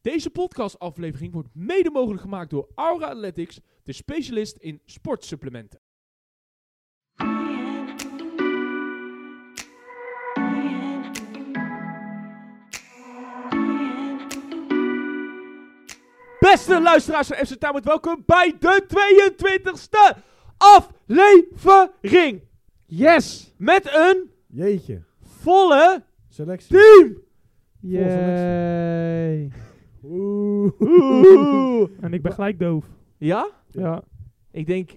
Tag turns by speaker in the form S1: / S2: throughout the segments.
S1: Deze podcastaflevering wordt mede mogelijk gemaakt door Aura Athletics, de specialist in sportsupplementen. Beste luisteraars van FC Timot, welkom bij de 22e aflevering.
S2: Yes!
S1: Met een
S2: Jeetje.
S1: volle
S2: Selectie.
S1: team.
S3: Yay.
S1: Oeh.
S3: En ik ben gelijk doof.
S1: Ja?
S3: Ja.
S1: Ik denk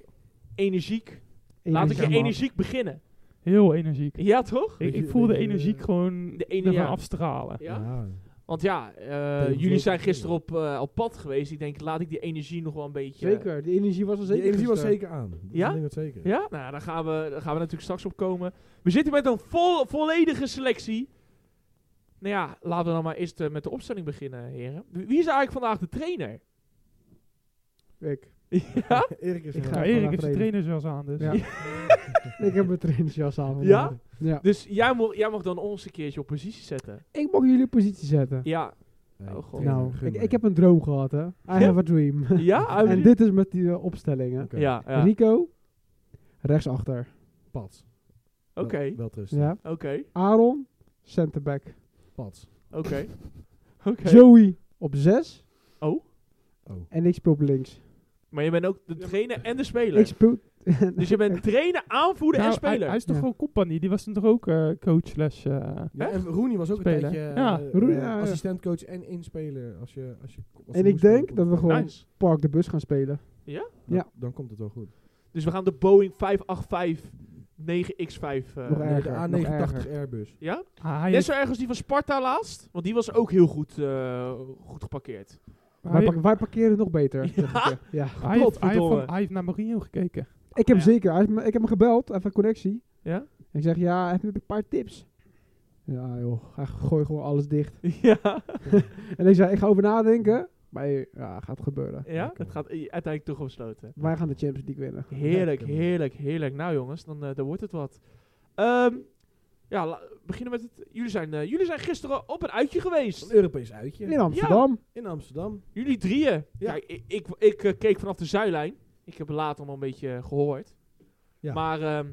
S1: energiek. Laat ik je
S3: Energie, man.
S1: energiek beginnen.
S3: Heel energiek.
S1: Ja, toch?
S3: Ik,
S2: Beetje-
S3: ik voelde
S2: beetje,
S3: energiek
S2: eh,
S3: gewoon
S1: de
S3: de
S1: ene-
S3: ervan
S1: ja.
S3: afstralen.
S1: Ja.
S2: Ja.
S1: Want ja, eh,
S2: Tegen
S1: jullie
S2: Groningen.
S1: zijn gisteren op, eh, op pad geweest. Ik denk, laat ik die energie nog wel een beetje...
S4: Zeker, die energie was er
S2: Die
S4: zeker.
S2: energie was
S4: gisteren.
S2: zeker aan. Dat
S1: Ja?
S2: ding was zeker.
S1: Ja? Nou, daar gaan, we, daar gaan we natuurlijk straks op komen. We zitten met een vol, volledige selectie. Nou ja, laten we dan maar eerst eh, met de opstelling beginnen, heren. Wie wie is eigenlijk vandaag de trainer?
S4: Ik.
S1: ja?
S2: Erik is
S4: Ik
S2: er
S4: ga
S2: aan.
S3: Maar
S4: Ja,
S3: Erik
S4: maar
S3: heeft zijn
S4: vrede.
S3: trainers wel eens aan, dus.
S4: Ja. ik heb mijn trainingsjas aan.
S1: Ja?
S4: vandaag. Ja.
S1: Dus jij mag, jij mag dan ons een keertje op positie zetten.
S4: Ik mag jullie op positie zetten.
S1: Ja.
S2: Nee,
S1: Oh, god.
S2: trainer,
S4: Nou,
S2: gun
S4: ik,
S2: mij.
S4: ik heb een droom gehad, hè. I have a dream.
S1: Ja? Uwe?
S4: en dit is met die eh, opstellingen.
S2: Oké.
S1: Ja, ja. Oké,
S4: Rico, rechtsachter.
S2: Pad. Wel-
S1: oké,
S2: Wel tussen.
S4: Ja.
S1: oké,
S4: Aaron, centerback.
S2: Pad.
S1: oké. Oké.
S4: Joey op 6.
S1: Oh,
S2: Oh.
S4: En ik speel op links.
S1: maar je bent ook de trainer en de speler.
S4: Ik speel...
S1: Dus je bent trainer, aanvoerder en
S3: Nou, hij,
S1: speler.
S3: hij is toch
S4: Ja.
S3: ook compagnie? Die was toen toch ook eh, coach slash... eh,
S2: Ja, en Rooney was ook
S3: Spelen.
S2: een tijdje
S3: Ja,
S2: eh,
S4: Rooney,
S2: eh,
S4: ja, ja.
S2: assistentcoach en inspeler. Als je, als je, als
S4: En
S2: je
S4: ik
S2: moest spelen,
S4: denk
S2: kon
S4: dat we
S2: het wel.
S4: gewoon
S1: Nice.
S4: Park de Bus gaan spelen.
S2: Dan-
S4: ja.
S2: Dan komt het wel goed.
S1: Dus we gaan de Boeing 585 9X5. eh,
S4: Nog
S2: Nee,
S4: erger, nog
S2: de A89
S4: erger.
S2: Airbus.
S1: ja?
S3: hij
S1: Net
S3: heeft-
S1: zo erg als die van Sparta laatst. Want die was ook heel goed, eh, goed geparkeerd.
S4: Wij,
S3: hij-
S4: pak- wij parkeren nog beter. zeg ik je. Ja.
S3: hij heeft- hij heeft
S1: Godverdomme.
S3: van- hij heeft naar Mourinho gekeken.
S4: Ik heb
S1: Ja.
S4: zeker. Hij heeft me- ik heb hem gebeld, even een connectie.
S1: Ja?
S4: Ik zeg, ja, heb je een paar tips? Ja joh, hij gooi gewoon alles dicht.
S1: ja,
S4: En ik zei, ik ga over nadenken. Maar ja, gaat gebeuren.
S1: ja? het gaat i- uiteindelijk toch opsloten.
S4: Wij gaan de Champions League winnen.
S1: Heerlijk,
S2: Lekker, man.
S1: heerlijk, heerlijk. Nou jongens, dan, eh, dan wordt het wat. Ehm, ja, la- beginnen met het... Jullie zijn, eh, jullie zijn gisteren op een uitje
S2: Een
S1: geweest.
S2: Europees uitje.
S4: In Amsterdam.
S2: In Amsterdam.
S1: Jullie drieën. Ja,
S2: Ja.
S1: ik, ik, ik eh, keek vanaf de zijlijn. Ik heb later al een beetje eh, gehoord.
S2: Ja.
S1: Maar, ehm,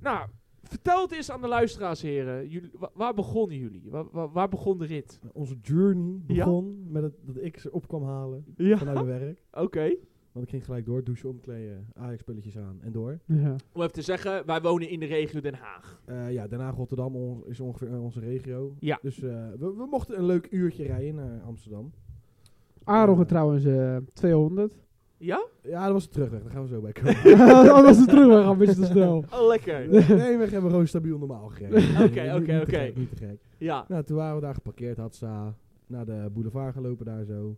S1: nou, vertel het eens aan de luisteraars, heren. Jullie, wa- waar begonnen jullie? Wa- wa- Waar, begon de rit?
S2: Onze journey
S1: Ja.
S2: begon met het, dat ik ze op kwam halen
S1: Ja.
S2: vanuit mijn werk.
S1: Oké.
S2: Want ik ging gelijk door, douchen, omkleden, Ajax-spulletjes aan en door.
S4: Ja.
S1: Om even te zeggen, wij wonen in de regio Den Haag.
S2: Eh, ja, daarna Rotterdam on- is ongeveer eh, onze regio.
S1: Ja.
S2: Dus eh, we, we mochten een leuk uurtje rijden naar Amsterdam.
S4: Aaron
S2: Ja.
S4: gaat trouwens eh, 200.
S1: Ja?
S2: Ja, dat was de terugweg. Daar gaan we zo bij komen.
S4: dat was het terug, we gaan een beetje te snel.
S1: Oh, lekker.
S2: De Nijmegen hebben we gewoon stabiel normaal gereden.
S1: Oké,
S2: Niet-
S1: oké,
S2: niet te
S1: oké.
S2: gek, Niet te gek.
S1: Ja.
S2: Nou, toen waren we daar geparkeerd, had ze naar de boulevard gelopen daar zo.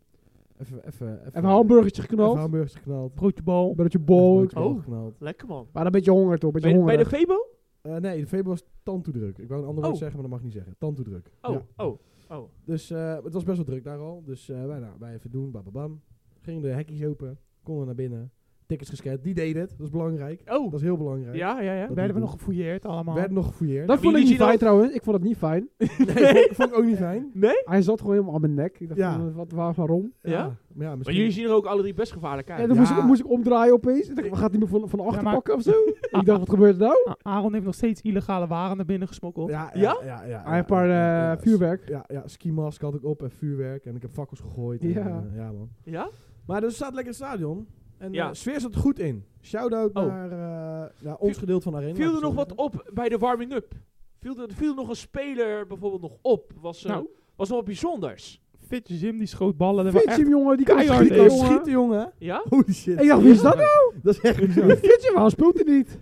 S2: Even, even, even,
S4: Even een hamburgertje
S2: Even
S4: geknald.
S2: hamburgers geknald.
S3: Broodje bal.
S4: Een beetje bol.
S2: Even broodje
S1: Oh.
S2: geknald.
S1: Lekker, man.
S4: Maar een beetje honger toch, een beetje
S1: Bij, bij de
S4: honger.
S1: Febo?
S2: Eh, nee, de Febo was tandtoedruk. Ik wou een ander
S1: Oh.
S2: woord zeggen, maar dat mag ik niet zeggen. Tandtoedruk.
S1: Oh,
S2: Ja.
S1: oh, oh.
S2: Dus eh, het was best wel druk daar al. Dus eh, wij, nou, wij even doen, bababam. Gingen de hekjes open, konden naar binnen. Tickets gescand. Die deden het, dat is belangrijk.
S1: Oh.
S2: Dat is heel belangrijk.
S1: Ja, ja, ja.
S2: Dat
S3: Werden we
S2: doen.
S3: nog gefouilleerd allemaal.
S2: Werd nog gefouilleerd.
S4: Dat
S1: Hebben
S4: vond ik
S1: jullie
S4: niet
S1: zien
S4: fijn
S1: al-
S4: trouwens. Ik vond het niet fijn.
S2: Nee, vond, vond ik ook niet fijn.
S1: Nee?
S4: Hij zat gewoon helemaal aan mijn nek. Ik dacht,
S2: Ja.
S4: van, wat, waar, waarom?
S1: Ja?
S2: Maar, ja,
S1: Maar
S2: misschien-
S1: jullie zien er ook alle drie best gevaarlijk
S4: En
S1: uit.
S4: dan
S2: Ja.
S4: moest, ik, moest ik omdraaien opeens. Ik dacht, wat gaat hij me van, van achter
S3: Ja, maar-
S4: pakken of zo? ik dacht, wat gebeurt er nou?
S3: A- Aaron heeft nog steeds illegale waren naar binnen gesmokkeld.
S2: Ja,
S1: Ja?
S2: ja, ja. ja,
S4: Hij heeft een paar
S2: ja, ja,
S4: eh,
S2: ja,
S4: vuurwerk.
S2: Ja, ja, ski mask had ik op en vuurwerk. En ik heb fakkels gegooid. en,
S4: Ja.
S2: eh, ja, man.
S1: Ja?
S2: Maar dus het staat lekker in het stadion. En
S1: Ja.
S2: de sfeer zat er goed in. Shout-out
S1: Oh.
S2: naar, eh, naar ons
S1: Viel-
S2: gedeelte van de arena.
S1: Viel
S2: laat
S1: er
S2: ik
S1: nog
S2: zo
S1: wat op bij de warming-up? Viel er, viel er nog een speler bijvoorbeeld nog op? Was, eh,
S3: Nou.
S1: was nog wat bijzonders?
S3: Fitch Jim die schoot ballen. Dat was
S4: Fitch hem,
S3: echt
S4: jongen. Die kan
S3: keihard
S4: schieten,
S2: zeggen.
S3: op.
S4: jongen.
S2: Schieten, jongen.
S1: Ja?
S2: Holy shit.
S4: Ik dacht, wie is dat nou?
S2: Dat is echt bizar.
S4: Die Fitch hem, waarom speelt hij niet?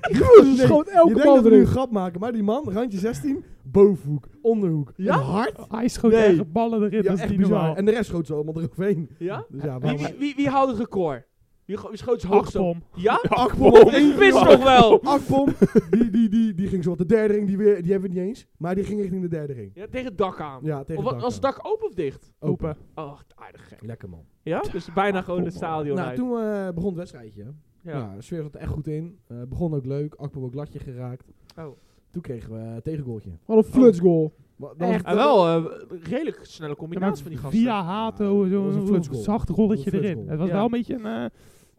S4: Die gozer
S2: Nee,
S4: schoot
S2: Je
S4: elke
S2: denkt
S4: bal
S2: dat we nu
S4: erin.
S2: een grap maken, maar die man, randje 16, bovenhoek, onderhoek.
S1: Ja?
S2: En hard.
S3: Hij schoot
S2: Nee.
S3: echt ballen erin.
S2: Ja,
S3: dat is
S2: echt
S3: niet
S2: bizar.
S3: normaal.
S2: En de rest schoot ze allemaal eroverheen.
S1: Ja?
S2: Dus ja,
S1: Wie,
S2: waarom...
S1: wie, wie, wie haalde het record? Wie, go- wie schoot het hoogst op?
S3: Hakbom.
S1: Ja?
S2: Akpom.
S1: Ik wist nog wel!
S2: Akpom, die, die, die, die ging zo op de derde ring, die, weer, die hebben we niet eens. Maar die ging richting de derde ring.
S1: Ja, tegen het dak aan.
S2: Ja, tegen
S1: of wat,
S2: dak
S1: was het
S2: aan.
S1: dak open of dicht?
S2: Open.
S1: Oh, aardig gek.
S2: Lekker man.
S1: Ja? Dus bijna gewoon het
S3: kom,
S1: stadion
S2: Nou,
S1: uit.
S2: toen eh, begon het wedstrijdje. Ja.
S1: ja.
S2: de sfeer zat er echt goed in. Eh, begon ook leuk. Akpom ook latje geraakt.
S1: Oh.
S2: Toen kregen we een tegengoaltje.
S4: Wat een flutsgoal.
S2: Maar dat was-
S3: Echt.
S1: En wel eh, redelijk snelle
S3: Ja, maar
S1: combinatie van die gasten.
S3: via Hato,
S2: Ja, dat was een
S3: zo'n zo'n
S2: flitsgoal.
S3: zacht
S2: Dat was
S3: rolletje
S2: een
S3: erin.
S2: flitsgoal.
S3: Het was
S1: Ja.
S3: wel een beetje een, eh,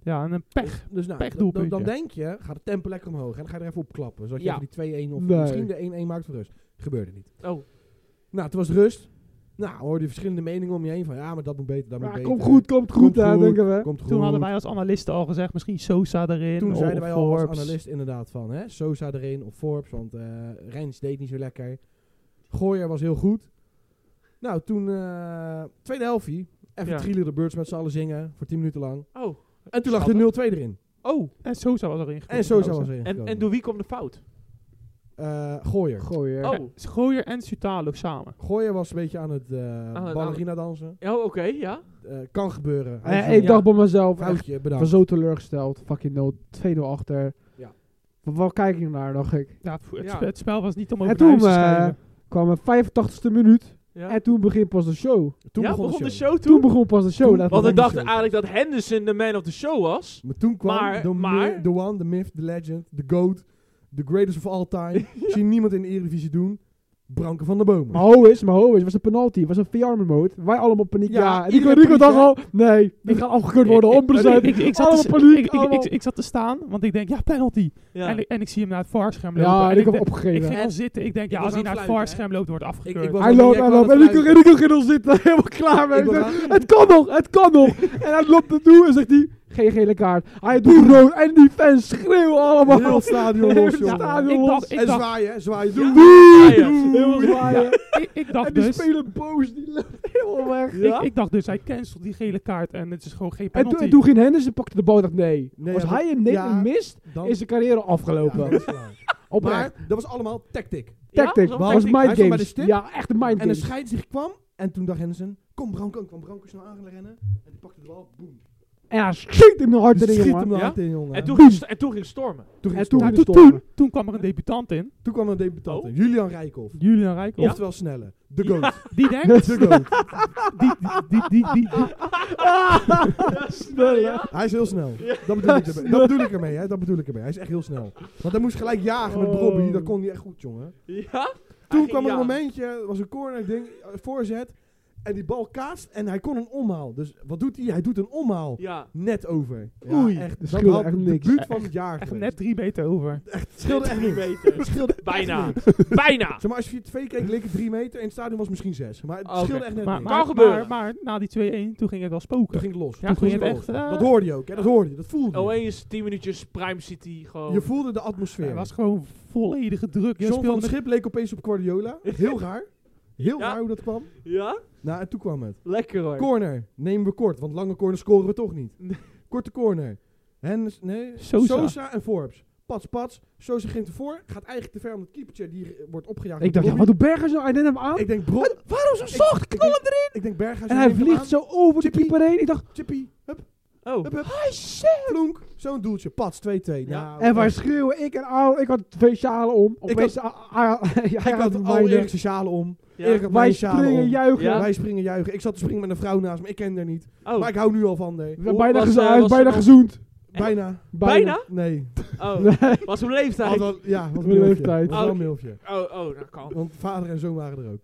S3: ja, een pech.
S2: Dus nou, dan,
S3: Pechdoelpuntje.
S2: dan denk je, gaat het tempo lekker omhoog. En dan ga je er even op klappen. Zodat
S1: Ja.
S2: je even die 2-1 of
S4: Nee.
S2: misschien de 1-1 maakt voor rust. Gebeurde niet.
S1: Oh,
S2: Nou, toen was het rust. Nou, hoorde je verschillende meningen om je heen. Van ja, maar dat moet beter, dat moet
S4: Ja,
S2: beter.
S4: komt goed, komt goed,
S2: Komt
S4: hè,
S2: goed.
S4: denken we.
S2: Komt goed.
S3: Toen hadden wij als analisten al gezegd, misschien Sosa erin.
S2: Toen
S3: of
S2: zeiden wij al als
S3: Forbes.
S2: analist inderdaad van, hè, Sosa erin of Forbes, want eh Rens deed niet zo lekker. Gooier was heel goed. Nou, toen eh tweede helftje, even
S1: Ja.
S2: Three Little Birds met z'n allen zingen voor 10 minuten lang.
S1: oh.
S2: En toen lag
S1: Schattig.
S2: de 0-2 erin.
S1: Oh,
S3: En Sosa was erin. gekomen
S2: En Sosa was
S3: trouwens,
S2: erin
S1: en,
S2: gekomen.
S1: en door wie kwam de fout?
S2: Eh, Gooier.
S4: Gooien.
S1: Oh,
S3: hè. Ja, Schooier Dus en Sutalo samen.
S2: Gooier was een beetje aan het eh
S1: het-
S2: ballerina dansen.
S1: ja, oké, ja.
S2: Eh, kan gebeuren.
S4: En
S2: Hij
S4: ik
S1: Ja.
S4: dacht bij mezelf, echt,
S2: Foutje,
S4: ik
S2: bedankt.
S4: was zo teleurgesteld. Fucking 0, 2-0 achter.
S2: Ja.
S4: Wa- Waar kijk ik naar, dacht ik.
S3: Ja, pff, het,
S1: Ja.
S3: sp- het spel was niet om over
S4: En
S3: naar
S4: toen
S3: huis te
S4: eh,
S3: schrijven.
S4: kwam de 85ste minuut.
S1: ja.
S4: En toen begint pas de show.
S2: Toen
S1: Ja,
S2: begon, de show.
S4: Toen begon pas de show.
S2: Toen-
S4: laten we
S1: Want
S4: dan
S1: ik
S2: begon
S1: dacht
S2: de show.
S1: eigenlijk dat Henderson de man of the show was.
S2: Maar toen kwam
S1: Maar-
S2: de, mi-
S1: maar-
S2: de one, the myth, the legend, the goat, the greatest of all time. Zie je niemand in de Eredivisie doen. Branken van de bomen.
S4: Maar ho is, maar ho is, was een penalty, was een VR-mode. Wij allemaal paniek.
S2: Ja,
S4: Ja, en Rico,
S2: iedereen
S4: Rico dacht al,
S2: paniek,
S4: nee, dit gaat afgekeurd worden, 100%.
S3: Ik- ik- ik- ik zat te
S4: allemaal
S3: s-
S4: paniek,
S3: ik- ik- ik-
S4: allemaal-
S3: ik- Ik zat te staan, want ik denk, ja, penalty.
S1: Ja.
S3: En, ik- en ik zie hem naar het VAR-scherm lopen.
S4: ja,
S3: en
S4: en ik heb
S3: denk- ik
S4: opgegeven.
S3: ging al zitten. Ik denk, ja,
S2: was
S3: als hij
S2: aan
S3: naar
S2: het
S3: het
S2: fluiten,
S3: VAR-scherm loopt, wordt afgekeurd.
S2: Ik- ik was
S4: Hij
S2: aan
S4: loopt,
S2: het
S4: hij
S2: werk,
S4: loopt. En
S2: aan het
S4: Rico, Rico ging al zitten, helemaal klaar mee.
S2: Ik
S4: Ik
S2: was
S4: dacht,
S2: aan-
S4: Het kan nog, het kan nog. en hij loopt het toe en zegt hij, geen gele kaart. Hij doet rood en die fans schreeuwen allemaal.
S2: Heel het stadion
S4: Heel
S2: los,
S4: het
S2: jongen.
S4: stadion
S3: ik
S4: los.
S3: dacht, ik
S2: En
S3: dacht,
S2: zwaaien, hè, zwaaien. Doe.
S1: Ja, ja.
S4: Heel zwaaien.
S3: ik, ik
S4: En
S3: dacht
S4: die
S3: dus...
S4: spelen boos, die loopt helemaal weg.
S3: Ik, ik dacht dus, hij cancelt die gele kaart en het is gewoon geen
S4: En, toen
S3: penalty.
S4: en toen ging Henderson, pakte de bal en dacht, nee.
S2: Nee,
S4: Als
S2: ja,
S4: hij hem neemt
S2: ja.
S4: en mist,
S2: Dan
S4: is zijn carrière afgelopen.
S2: Ja, dat is klaar.
S4: Oprecht.
S2: maar dat was allemaal tactic.
S1: Ja,
S4: Tactic,
S1: zo'n
S4: dat was
S1: tactiek.
S2: Hij
S4: mind
S2: stond bij de
S4: games.
S2: stip.
S4: Ja, echt een mind
S2: En de
S4: games.
S2: scheidsrechter kwam. En toen dacht Henderson, kom Branko. En kwam Branko snel aanrennen. En die pakte de bal. Boom.
S4: En hij schiet hem hard erin,
S2: Schiet
S4: jongen.
S2: hem de
S1: Ja?
S2: hand in, jongen.
S1: En toen, ging, st- en toen ging stormen.
S2: toen, ging
S4: en
S2: het stormen.
S4: toen-
S3: Nou,
S4: de
S3: toen,
S4: stormen.
S3: toen, toen kwam er een debutant in,
S2: toen kwam een debutant
S1: Oh.
S2: in. Julian Rijkoff.
S3: Julian Rijkoff.
S2: Oftewel snelle. De
S3: Ja.
S2: goat.
S3: Die denkt,
S2: De goat.
S3: die, die, die, die, die- die-
S2: Hij is heel snel. Dat bedoel ik ermee. Dat bedoel ik ermee, hè. Dat bedoel ik ermee. Hij is echt heel snel. Want hij moest gelijk jagen
S1: Oh.
S2: met Bobby. Dat kon hij echt goed, jongen.
S1: Ja?
S2: Toen kwam er een momentje, er was een corner, ik denk, eh, voorzet. En die bal kaatst en hij kon een omhaal. Dus wat doet hij? Hij doet een omhaal.
S1: Ja.
S2: Net over.
S4: Oei,
S2: echt.
S4: dat
S2: Dat
S4: scheelde
S2: had
S4: echt
S2: de
S4: niks.
S2: buurt van het jaar
S3: echt
S2: geweest.
S3: net drie meter over.
S2: Het scheelde echt niet. Het
S1: meter.
S2: scheelde echt
S1: Bijna.
S2: niks.
S1: Bijna.
S2: Zeg maar, als je via tv keek, leek het drie meter. In het stadion was het misschien zes. Maar het
S1: Ah, Oké.
S2: scheelde echt net
S3: Maar,
S2: niks.
S1: Kan
S3: maar,
S1: gebeuren.
S3: maar, maar na die 2-1, toen ging het wel
S2: Toen
S3: spoken.
S2: ging het los.
S3: Ja,
S2: Toen
S3: ging
S2: ging
S3: het
S2: los.
S3: echt, eh,
S2: dat hoorde je ook, hè. Dat hoorde je. Dat voelde je.
S1: Opeens 10 minuutjes Prime City gewoon.
S2: Je voelde de
S3: Het
S2: atmosfeer.
S3: was gewoon volledige druk. Je
S2: John van
S3: speelde
S2: het
S3: met
S2: Schip leek opeens op Guardiola. Heel raar. Heel
S1: Ja.
S2: raar hoe dat kwam.
S1: Ja?
S2: Nou, en toen kwam het.
S1: Lekker hoor.
S2: Corner nemen we kort, want lange corner scoren we toch niet.
S1: Nee.
S2: Korte corner. Hens, nee,
S3: Sosa.
S2: en Forbes. Pats, pats. Sosa geeft ervoor. Gaat eigenlijk te ver om het keepertje. Die eh, wordt opgejaagd.
S4: Ik dacht, ja,
S2: door
S4: wat
S2: Bobby.
S4: doet Bergers nou? Hij neemt hem aan.
S2: Ik denk, bro... Waarom zo zacht? Knal hem erin! Ik denk, Berghuis...
S4: en hij
S2: neemt hem
S4: vliegt
S2: aan.
S4: zo over de keeper heen. Ik dacht,
S2: Chippy. Hup,
S1: Oh.
S2: hup, hup. Plonk. Zo'n doeltje. Pats, 2-2. Nou,
S4: en wij
S2: echt.
S4: schreeuwen. Ik en Aal, ik had twee sjalen om. Of Ah,
S2: Ik
S4: ik had,
S2: Ik had al Erik zijn sjalen om. Erik had
S4: Wij
S2: mijn sjalen
S4: springen,
S2: om.
S4: juichen.
S1: Ja.
S2: Wij springen juichen. Ik zat te springen met een vrouw naast me. Ik ken haar niet.
S1: Oh.
S2: Maar ik hou nu al van haar.
S4: We hebben bijna,
S1: Was,
S4: gezo-
S1: eh,
S4: hij is
S1: was er
S4: bijna
S1: nog-
S4: gezoend.
S2: Bijna.
S1: Bijna?
S2: Nee.
S1: Oh.
S4: Nee.
S1: Was op leeftijd.
S2: Had wel- ja, wat
S4: Wat
S2: een
S4: leeftijd.
S2: Was wel een
S1: Oké.
S2: milfje.
S1: Oh, oh, dat kan. Oh,
S2: Want vader en zoon waren er ook.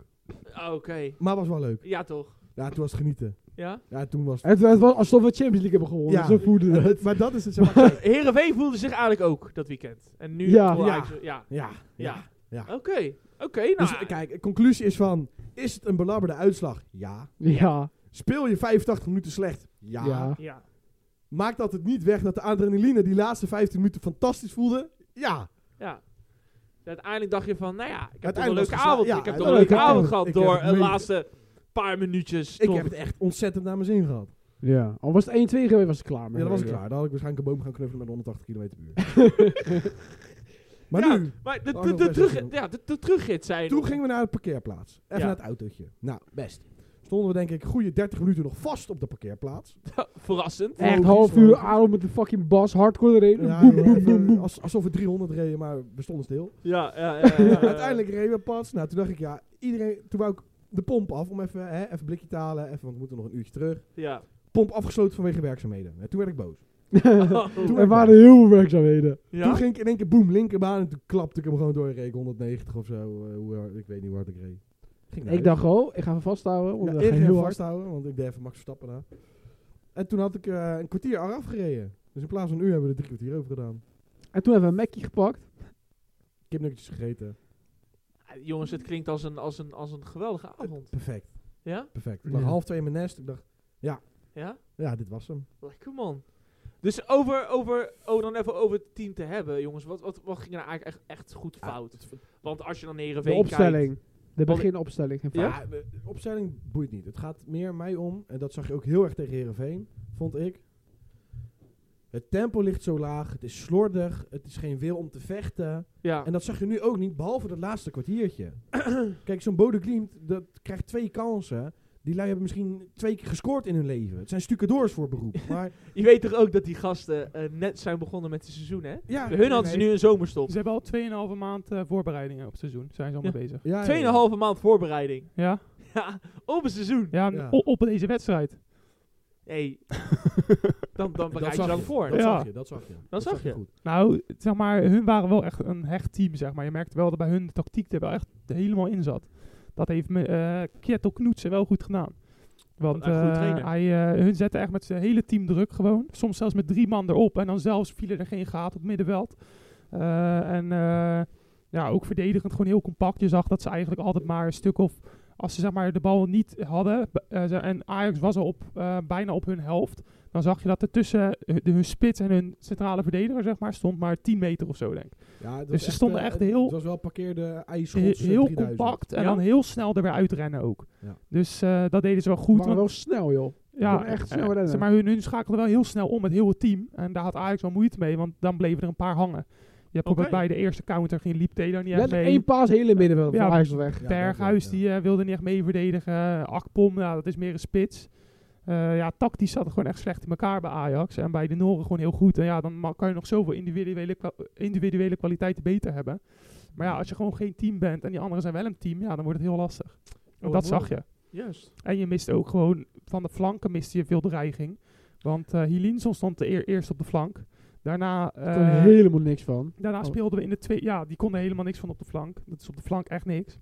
S1: Oké.
S2: Maar was wel leuk.
S1: Ja toch.
S2: Ja, toen was het genieten.
S1: Ja?
S2: Ja, toen was het...
S4: Het, het was alsof we Champions League hebben gewonnen.
S2: Ja.
S4: Zo voelde
S2: Ja,
S4: het.
S2: dat- maar dat is het, zeg maar. kijk.
S1: Heerenveen voelde zich eigenlijk ook dat weekend. En nu...
S4: Ja.
S1: Oh,
S2: Ja.
S1: eigenlijk zo- ja.
S2: Ja, ja.
S1: Ja.
S2: ja.
S1: Oké. Oké, nou...
S2: Dus eh, kijk, de conclusie is van... Is het een belabberde uitslag? Ja.
S4: Ja.
S2: Speel je 85 minuten slecht? Ja.
S4: Ja.
S1: Ja.
S2: Maakt dat het niet weg dat de adrenaline die laatste 15 minuten fantastisch voelde? Ja.
S1: Ja. Dus Uiteindelijk dacht je van, nou ja, ik heb toch een
S2: Uiteindelijk was
S1: leuke
S2: het
S1: avond.
S2: geslaagd. Ja,
S1: ik heb toch een
S2: uiteindelijk
S1: leuke
S2: was het
S1: avond
S2: geslaagd.
S1: gehad
S2: Ik
S1: door
S2: heb het
S1: de
S2: mee-
S1: laatste paar minuutjes.
S2: Ik
S1: toch-
S2: heb het echt ontzettend naar mijn zin gehad.
S4: ja. Al was het 1-2 geweest, was het klaar.
S2: Ja,
S4: mee.
S2: dat was ik klaar. Dan had ik waarschijnlijk een boom gaan knuffelen met 180 km per uur. maar
S1: ja,
S2: nu,
S1: Maar de,
S2: Oh,
S1: de,
S2: nog
S1: de,
S2: best
S1: terug,
S2: wel.
S1: ja, de, de terugrit zei
S2: toen
S1: nog.
S2: gingen we naar de parkeerplaats. Even
S1: Ja.
S2: naar het autootje. Nou, best. Stonden we denk ik goede 30 minuten nog vast op de parkeerplaats.
S1: Verrassend.
S4: Echt
S2: Logisch,
S4: half uur
S2: logisch.
S4: adem met de fucking bas. Hardcore erin.
S2: Ja,
S4: boem,
S2: joh,
S4: boem,
S2: even,
S4: boem, boem.
S2: als- alsof we 300 reden, maar we stonden stil.
S1: Ja, ja, ja, ja, ja.
S2: Uiteindelijk reden we pas. Nou, toen dacht ik, ja, iedereen... Toen wou ik de pomp af om even, hè, even blikje te halen. Even, want we moeten nog een uurtje terug.
S1: Ja.
S2: Pomp afgesloten vanwege werkzaamheden. En toen werd ik boos. Toen
S4: Er
S2: werd ik
S4: waren
S2: boos.
S4: heel veel werkzaamheden.
S1: Oh, ja?
S2: Toen ging ik in één keer boem, linkerbaan. En toen klapte ik hem gewoon door. en Reed ik 190 of zo. eh, hoe hard, ik weet niet hoe hard ik reed. Ging naar
S4: Ik
S2: huis.
S4: dacht, oh, ik ga hem vasthouden.
S2: Ja,
S4: Want
S2: ik
S4: we gaan
S2: ging
S4: heel hard.
S2: vasthouden, want ik deed even Max Verstappen na. En toen had ik eh, een kwartier eraf gereden. Dus in plaats van een uur hebben we er drie kwartier over gedaan.
S4: En toen hebben we een Mackie gepakt.
S2: Kipnuggetjes gegeten.
S1: Eh, Jongens, het klinkt als een, als een, als een geweldige avond.
S2: Perfect,
S1: Ja?
S2: perfect. Ik lag
S4: Ja.
S2: half twee in mijn nest. Ik dacht,
S1: Ja?
S2: ja, dit was hem.
S1: Lekker man. Dus over, over, oh dan even over het team te hebben, jongens. Wat, wat, wat ging er nou eigenlijk echt, echt goed
S2: Ja,
S1: fout? Want als je dan Heerenveen
S4: De
S1: kijkt-
S4: opstelling. De
S1: Want-
S4: beginopstelling. geen
S1: Ja?
S4: fout.
S2: Maar, eh, opstelling boeit niet. Het gaat meer mij om, en dat zag je ook heel erg tegen Herenveen, vond ik. Het tempo ligt zo laag, het is slordig, het is geen wil om te vechten.
S1: Ja.
S2: En dat zag je nu ook niet, behalve dat laatste kwartiertje. Kijk, zo'n Bode Glimt, dat krijgt twee kansen. Die lui hebben misschien twee keer gescoord in hun leven. Het zijn stucadoors voor beroep. Maar
S1: Je weet toch ook dat die gasten eh, net zijn begonnen met het seizoen, hè?
S2: ja,
S1: Hun hadden ze nu een zomerstop.
S3: Ze hebben al 2,5 maand eh, voorbereidingen op het seizoen. Zijn ze allemaal bezig.
S2: Ja, ja, ja.
S1: Tweeënhalve maand voorbereiding.
S3: Ja?
S1: Ja, op een seizoen.
S3: Ja,
S2: Ja.
S3: o- op deze wedstrijd.
S1: Hey. dan, dan
S2: Dat
S1: bereid je
S2: zag
S1: lang
S2: je.
S1: voor.
S2: Dat
S3: Ja.
S2: zag je, dat zag je.
S1: zag je.
S2: goed.
S3: Nou, zeg maar, hun waren wel echt een hecht team, zeg maar. Je merkt wel dat bij hun de tactiek er wel echt helemaal in zat. Dat heeft me, eh Kjetil Knoetsen wel goed gedaan. Want
S1: Een goede
S3: eh,
S1: trainer.
S3: hij, eh, hun zetten echt met zijn hele team druk gewoon. Soms zelfs met drie man erop. En dan zelfs vielen er geen gaten op het middenveld. Eh, en eh, ja, ook verdedigend gewoon heel compact. Je zag dat ze eigenlijk altijd maar een stuk of... Als ze zeg maar, de bal niet hadden b- eh, ze- en Ajax was al op, eh, bijna op hun helft... dan zag je dat er tussen hun, hun spits en hun centrale verdediger zeg maar, stond maar 10 meter of zo, denk ik.
S2: Ja, het was
S3: Dus ze stonden
S2: eh,
S3: echt heel-
S2: Het was wel parkeerde
S3: Heel,
S2: ijsschots. eh,
S3: heel
S2: 3000.
S3: compact en
S1: Ja?
S3: dan heel snel er weer uitrennen ook.
S2: Ja.
S3: Dus eh, dat deden ze wel goed.
S4: Maar
S3: want-
S4: wel snel, joh.
S3: Ja,
S4: Gewoon echt
S3: eh,
S4: snel
S3: eh,
S4: rennen.
S3: Zeg maar hun, hun schakelden wel heel snel om het hele team. En daar had Ajax wel moeite mee, want dan bleven er een paar hangen. Je hebt ook
S1: Oké.
S3: ook bij de eerste counter ging liep Taylor niet echt
S4: Letterlijk
S3: mee.
S4: één paas hele middenveld
S3: Ja.
S4: van Ajax was weg.
S2: Ja,
S3: Berghuis
S2: dat wel, ja.
S3: die eh, wilde niet echt mee verdedigen. Akpom, ja, dat is meer een spits. Eh, ja, tactisch zat het gewoon echt slecht in elkaar bij Ajax. En bij de Noren gewoon heel goed. En ja, dan ma- kan je nog zoveel individuele, kwa- individuele kwaliteiten beter hebben. Maar ja, als je gewoon geen team bent en die anderen zijn wel een team, ja, dan wordt het heel lastig.
S1: Oh,
S3: dat
S1: mooi.
S3: zag je.
S1: Juist.
S3: En je mist ook gewoon van de flanken miste je veel dreiging. Want eh Hilinson stond de eer, eerst op de flank. Daarna,
S4: Daar
S3: eh,
S4: kon helemaal niks van.
S3: daarna
S4: oh.
S3: speelden we in de tweede. Ja, die konden helemaal niks van op de flank. Dat is op de flank echt niks.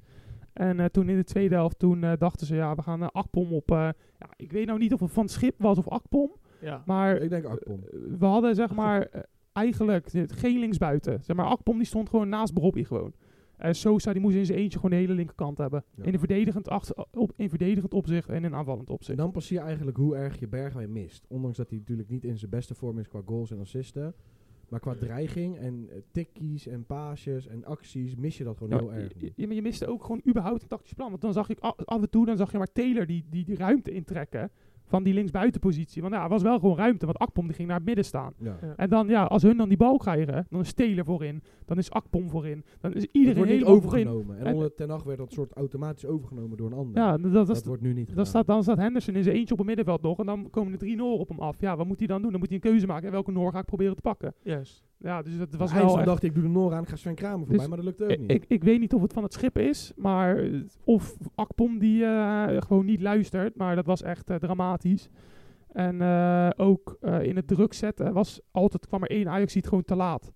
S3: En eh, toen in de tweede helft, toen eh, dachten ze, ja, we gaan eh, Akpom op. eh, ja, ik weet nou niet of het van Schip was of Akpom.
S1: Ja.
S3: Maar eh,
S2: Ik denk Akpom.
S3: we hadden zeg maar eh, eigenlijk dit- geen linksbuiten. Zeg maar, Akpom die stond gewoon naast Bobby gewoon. En Sosa die moest in zijn eentje gewoon de hele linkerkant hebben.
S2: Ja.
S3: In, de verdedigend achter, op, in verdedigend opzicht en in aanvallend
S2: En
S3: opzicht.
S2: dan pas zie je eigenlijk hoe erg je Bergwijn mist. Ondanks dat hij natuurlijk niet in zijn beste vorm is qua goals en assisten. Maar qua dreiging en eh, tikkies en paasjes en acties mis je dat gewoon
S3: Ja,
S1: Nou,
S2: heel erg.
S3: je, je- maar je miste ook gewoon überhaupt een tactisch plan. Want dan zag ik a- af en toe dan zag je maar Taylor die, die, die ruimte intrekken van die linksbuitenpositie. Want ja, er was wel gewoon ruimte, want Akpom die ging naar het midden staan.
S2: Ja.
S1: Ja.
S3: En dan, ja, als hun dan die bal krijgen, dan is Taylor voorin, dan is Akpom voorin, dan is
S2: Dat
S3: iedereen
S2: wordt niet
S3: helemaal voorin.
S2: overgenomen. En
S3: En-
S2: onder Ten Hag werd dat soort automatisch overgenomen door een ander.
S3: Ja, dat, dat,
S2: dat
S3: is
S2: wordt nu niet
S3: Dan
S2: gedaan.
S3: staat, dan staat Henderson in zijn eentje op het middenveld nog. En dan komen er drie Noren op hem af. Ja, wat moet hij dan doen? Dan moet hij een keuze maken. En welke Noor ga ik proberen te pakken?
S1: Juist.
S3: Ja, dus dat was
S2: Hij
S3: wel echt-
S2: dacht ik, doe de Noor aan, ik ga Sven Kramer voorbij,
S3: Dus
S2: maar dat lukte ook
S3: ik,
S2: niet.
S3: ik, ik weet niet of het van het schip is. Maar eh, of Akpom die eh, gewoon niet luistert. Maar dat was echt eh, dramatisch. En eh, ook eh, in het druk zetten was altijd, kwam er één Ajaxiet gewoon te laat.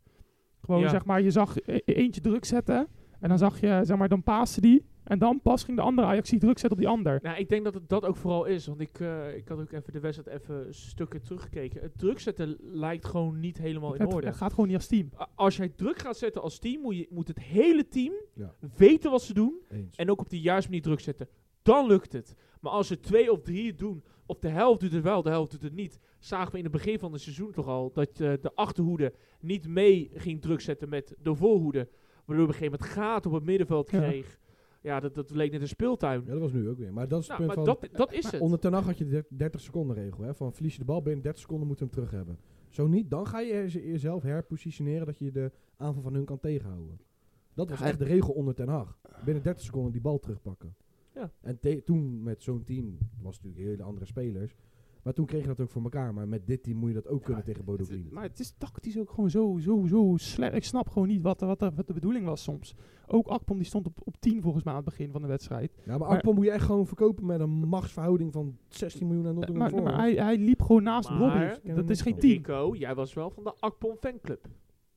S3: Gewoon
S1: Ja.
S3: zeg maar, je zag e- eentje druk zetten. En dan zag je, zeg maar, dan paaste die. En dan pas ging de andere Ajaxiet druk zetten op die ander.
S1: Nou, ik denk dat het dat ook vooral is. Want ik, eh, ik had ook even de wedstrijd even stukken teruggekeken. Het druk zetten lijkt gewoon niet helemaal in
S3: Het,
S1: orde.
S3: het gaat gewoon niet als team.
S1: A- Als jij druk gaat zetten als team, moet, je, moet het hele team
S2: Ja.
S1: weten wat ze doen.
S2: Eens.
S1: En ook op de juiste manier druk zetten. Dan lukt het. Maar als er twee of drie het doen, of de helft doet het wel, de helft doet het niet. Zagen we in het begin van het seizoen toch al dat eh, de achterhoede niet mee ging druk zetten met de voorhoede. Waardoor we op een gegeven moment gaten op het middenveld
S3: Ja.
S1: kreeg. Ja, dat, dat leek net een speeltuin.
S2: Ja, dat was nu ook weer. Maar dat is het
S1: nou, maar
S2: punt van...
S1: dat, dat is het.
S2: Onder Ten Hag had je de 30 seconden regel. Hè? Van verlies je de bal binnen 30 seconden moet je hem terug hebben. Zo niet, dan ga je je- jezelf herpositioneren dat je de aanval van hun kan tegenhouden. Dat was
S1: Ja,
S2: echt de regel onder Ten Hag. Binnen 30 seconden die bal terugpakken.
S1: Ja.
S2: En te- toen met zo'n team was het natuurlijk hele andere spelers. Maar toen kreeg je dat ook voor elkaar. Maar met dit team moet je dat ook kunnen tegen Bodo
S3: Het-
S2: Glimt.
S3: Maar het is tactisch ook gewoon zo, zo, zo slecht. Ik snap gewoon niet wat, de- wat, de, wat de bedoeling was soms. Ook Akpom die stond op, op 10 volgens mij aan het begin van de wedstrijd.
S2: Ja, Nou, maar
S3: maar-
S2: Akpom moet je echt gewoon verkopen met een machtsverhouding van 16 miljoen aan
S3: Eh,
S2: Nottingham
S3: Maar,
S2: Forest.
S3: maar hij, hij liep gewoon naast
S1: Maar-
S3: Robbie.
S2: ken
S3: Dat
S2: hem
S3: is
S2: ook
S3: geen
S2: wel.
S3: team.
S1: Rico, jij was wel van de Akpom fanclub.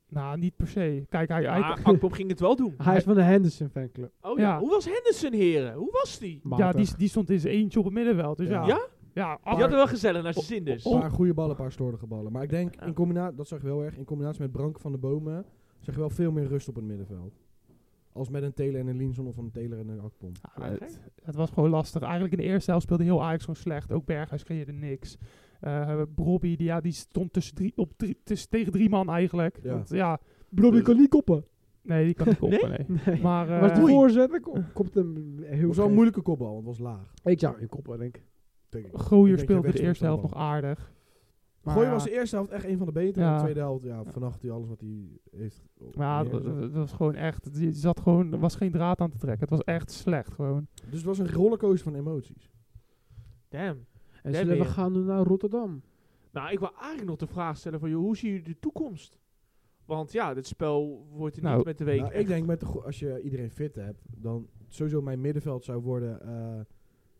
S3: Nou, niet per se. Kijk, hij... hij
S1: Maar Akpom ging het wel doen.
S4: Hij is van de Henderson fanclub.
S1: Oh ja.
S3: Ja.
S1: Hoe was Henderson, heren? Hoe was die?
S3: ja,
S4: Matig.
S3: die, die stond in zijn eentje op het middenveld. Dus ja.
S1: Ja?
S3: Ja,
S1: Die had er wel gezellig naar zijn zin dus.
S2: Een paar goede ballen, een paar slordige ballen. Maar ik denk,
S1: Ja.
S2: in combinatie, dat zag je wel erg, in combinatie met Brank van de Bomen, zag je wel veel meer rust op het middenveld. Als met een Telen en een Linson of een Teler en een Akpom.
S3: Ja, Nou, het, het was gewoon lastig. Eigenlijk in de eerste helft speelde heel Ajax gewoon slecht. Ook Berghuis creëerde niks. Eh Brobby, die, ja, die stond tussen drie, op drie, tussen, tegen drie man eigenlijk.
S2: Ja.
S3: Want, ja
S4: Brobbie
S1: Dus-
S4: kan niet koppen.
S3: nee, die kan niet koppen, nee.
S4: Nee.
S3: Maar, eh,
S4: was de
S3: oei,
S4: voorzet, dan ko- kopt hem
S2: Het
S4: heel
S2: was wel een
S4: vreemd.
S2: moeilijke kopbal, want het was laag.
S4: Ik zou hem koppen, denk ik.
S2: Denk ik.
S3: Gooier
S2: Ik denk
S3: speelde
S2: dat
S3: de
S2: je
S3: eerste
S2: wegstond
S3: helft
S2: dan
S3: nog aardig. Maar
S2: Gooi
S3: ja,
S2: was de eerste helft echt een van de betere. en
S3: Ja.
S2: De tweede helft, ja, vannacht hij alles wat hij heeft. op-
S3: maar ja, het,
S2: neergezet.
S3: het was gewoon echt... het- het zat gewoon, er was geen draad aan te trekken. Het was echt slecht gewoon.
S2: Dus het was een rollercoaster van emoties.
S1: Damn.
S4: En
S1: Daar
S4: zullen we
S1: weer.
S4: gaan nu naar Rotterdam?
S1: Nou, ik wil eigenlijk nog de vraag stellen van, joh, hoe zie je de toekomst? Want ja, dit spel wordt er niet
S3: Nou,
S1: met de week.
S2: Nou, ik
S1: echt-
S2: denk met de go- als je iedereen fit hebt, dan sowieso mijn middenveld zou worden eh,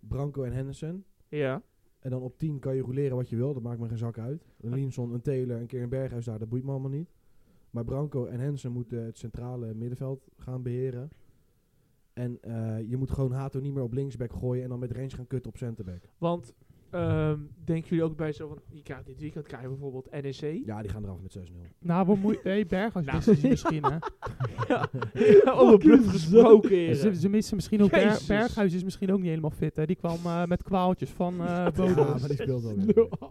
S2: Branco en Henderson.
S1: Ja.
S2: En dan op 10 kan je roleren wat je wil, dat maakt me geen zak uit.
S4: Ah.
S2: Een Linson, een Taylor, een keer een Berghuis daar, dat boeit me allemaal niet. Maar Branco en Hensen moeten het centrale middenveld gaan beheren. En eh, je moet gewoon Hato niet meer op linksback gooien en dan met range gaan kutten op centerback.
S1: Want ehm, denken jullie ook bij zo van, je krijgt dit weekend krijg je bijvoorbeeld E NEC.
S2: Ja, die gaan eraf met 6-0.
S3: Nou, we moeten... hey, Berghuis
S1: Nou.
S3: missen ze misschien, hè.
S1: Ja, over bluff Oh, gesproken.
S3: Ze,
S1: heren.
S3: ze missen misschien ook... Ber-
S1: Jezus.
S3: Berghuis is misschien ook niet helemaal fit, hè. Die kwam eh, met kwaaltjes van eh
S2: Ja,
S3: Bodem.
S2: maar die speelt wel
S4: Nul
S2: weer.
S4: af.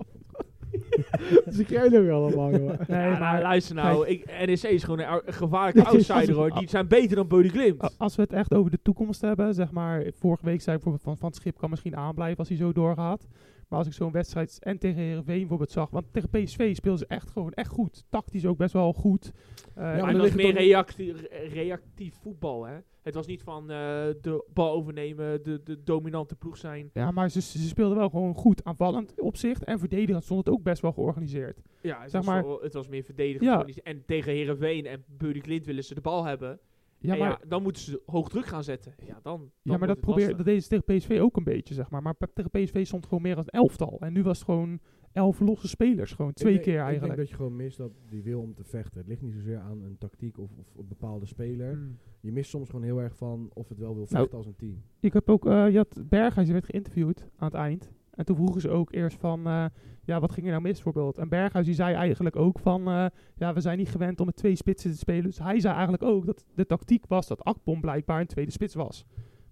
S4: Ze krijgen weer allemaal, joh.
S3: Nee,
S1: Ja, nou,
S3: maar
S1: luister nou, ik, NEC is gewoon een, ou- een gevaarlijke outsider hoor. Die zijn beter dan Bodie Glimt.
S3: A- Als we het echt over de toekomst hebben, zeg maar, vorige week zei ik bijvoorbeeld van, van het Schip kan misschien aanblijven als hij zo doorgaat. Maar als ik zo'n wedstrijd en tegen Herenveen bijvoorbeeld zag, want tegen PSV speelden ze echt gewoon echt goed. Tactisch ook best wel goed. Eh,
S2: Ja,
S1: maar
S2: maar
S1: het
S2: dan
S1: was
S2: ligt
S1: meer
S2: het
S1: reacti- re- reactief voetbal, hè. Het was niet van eh, de bal overnemen, de, de dominante ploeg zijn.
S3: ja, maar ze, ze speelden wel gewoon goed aanvallend opzicht en verdedigend stond het ook best wel georganiseerd.
S1: Ja, het,
S3: Zeg
S1: was,
S3: maar-
S1: wel- het was meer verdedigend.
S3: Ja.
S1: gewoon niet- En tegen Herenveen en Bodie Glimt willen ze de bal hebben.
S3: Ja,
S1: En
S3: maar,
S1: ja, dan moeten ze hoog druk gaan zetten. Ja, dan, dan
S3: ja, maar
S1: wordt
S3: dat,
S1: het
S2: eh,
S3: probeer, dat
S1: lastig.
S3: deden ze tegen PSV ook een beetje, zeg maar. Maar pe- tegen PSV stond gewoon meer dan een elftal. En nu was het gewoon elf losse spelers, gewoon twee
S2: Ik denk-
S3: keer eigenlijk.
S2: Ik denk dat je gewoon mist dat die wil om te vechten. Het ligt niet zozeer aan een tactiek of, of een bepaalde speler.
S3: Hmm.
S2: Je mist soms gewoon heel erg van of het wel wil
S3: Nou.
S2: vechten als een team.
S3: Ik heb ook, eh je had Berghuis, die werd geïnterviewd aan het eind. En toen vroegen ze ook eerst van, eh, ja, wat ging er nou mis bijvoorbeeld? En Berghuis die zei eigenlijk ook van, eh, ja, we zijn niet gewend om met twee spitsen te spelen. Dus hij zei eigenlijk ook dat de tactiek was dat Akpom blijkbaar een tweede spits was.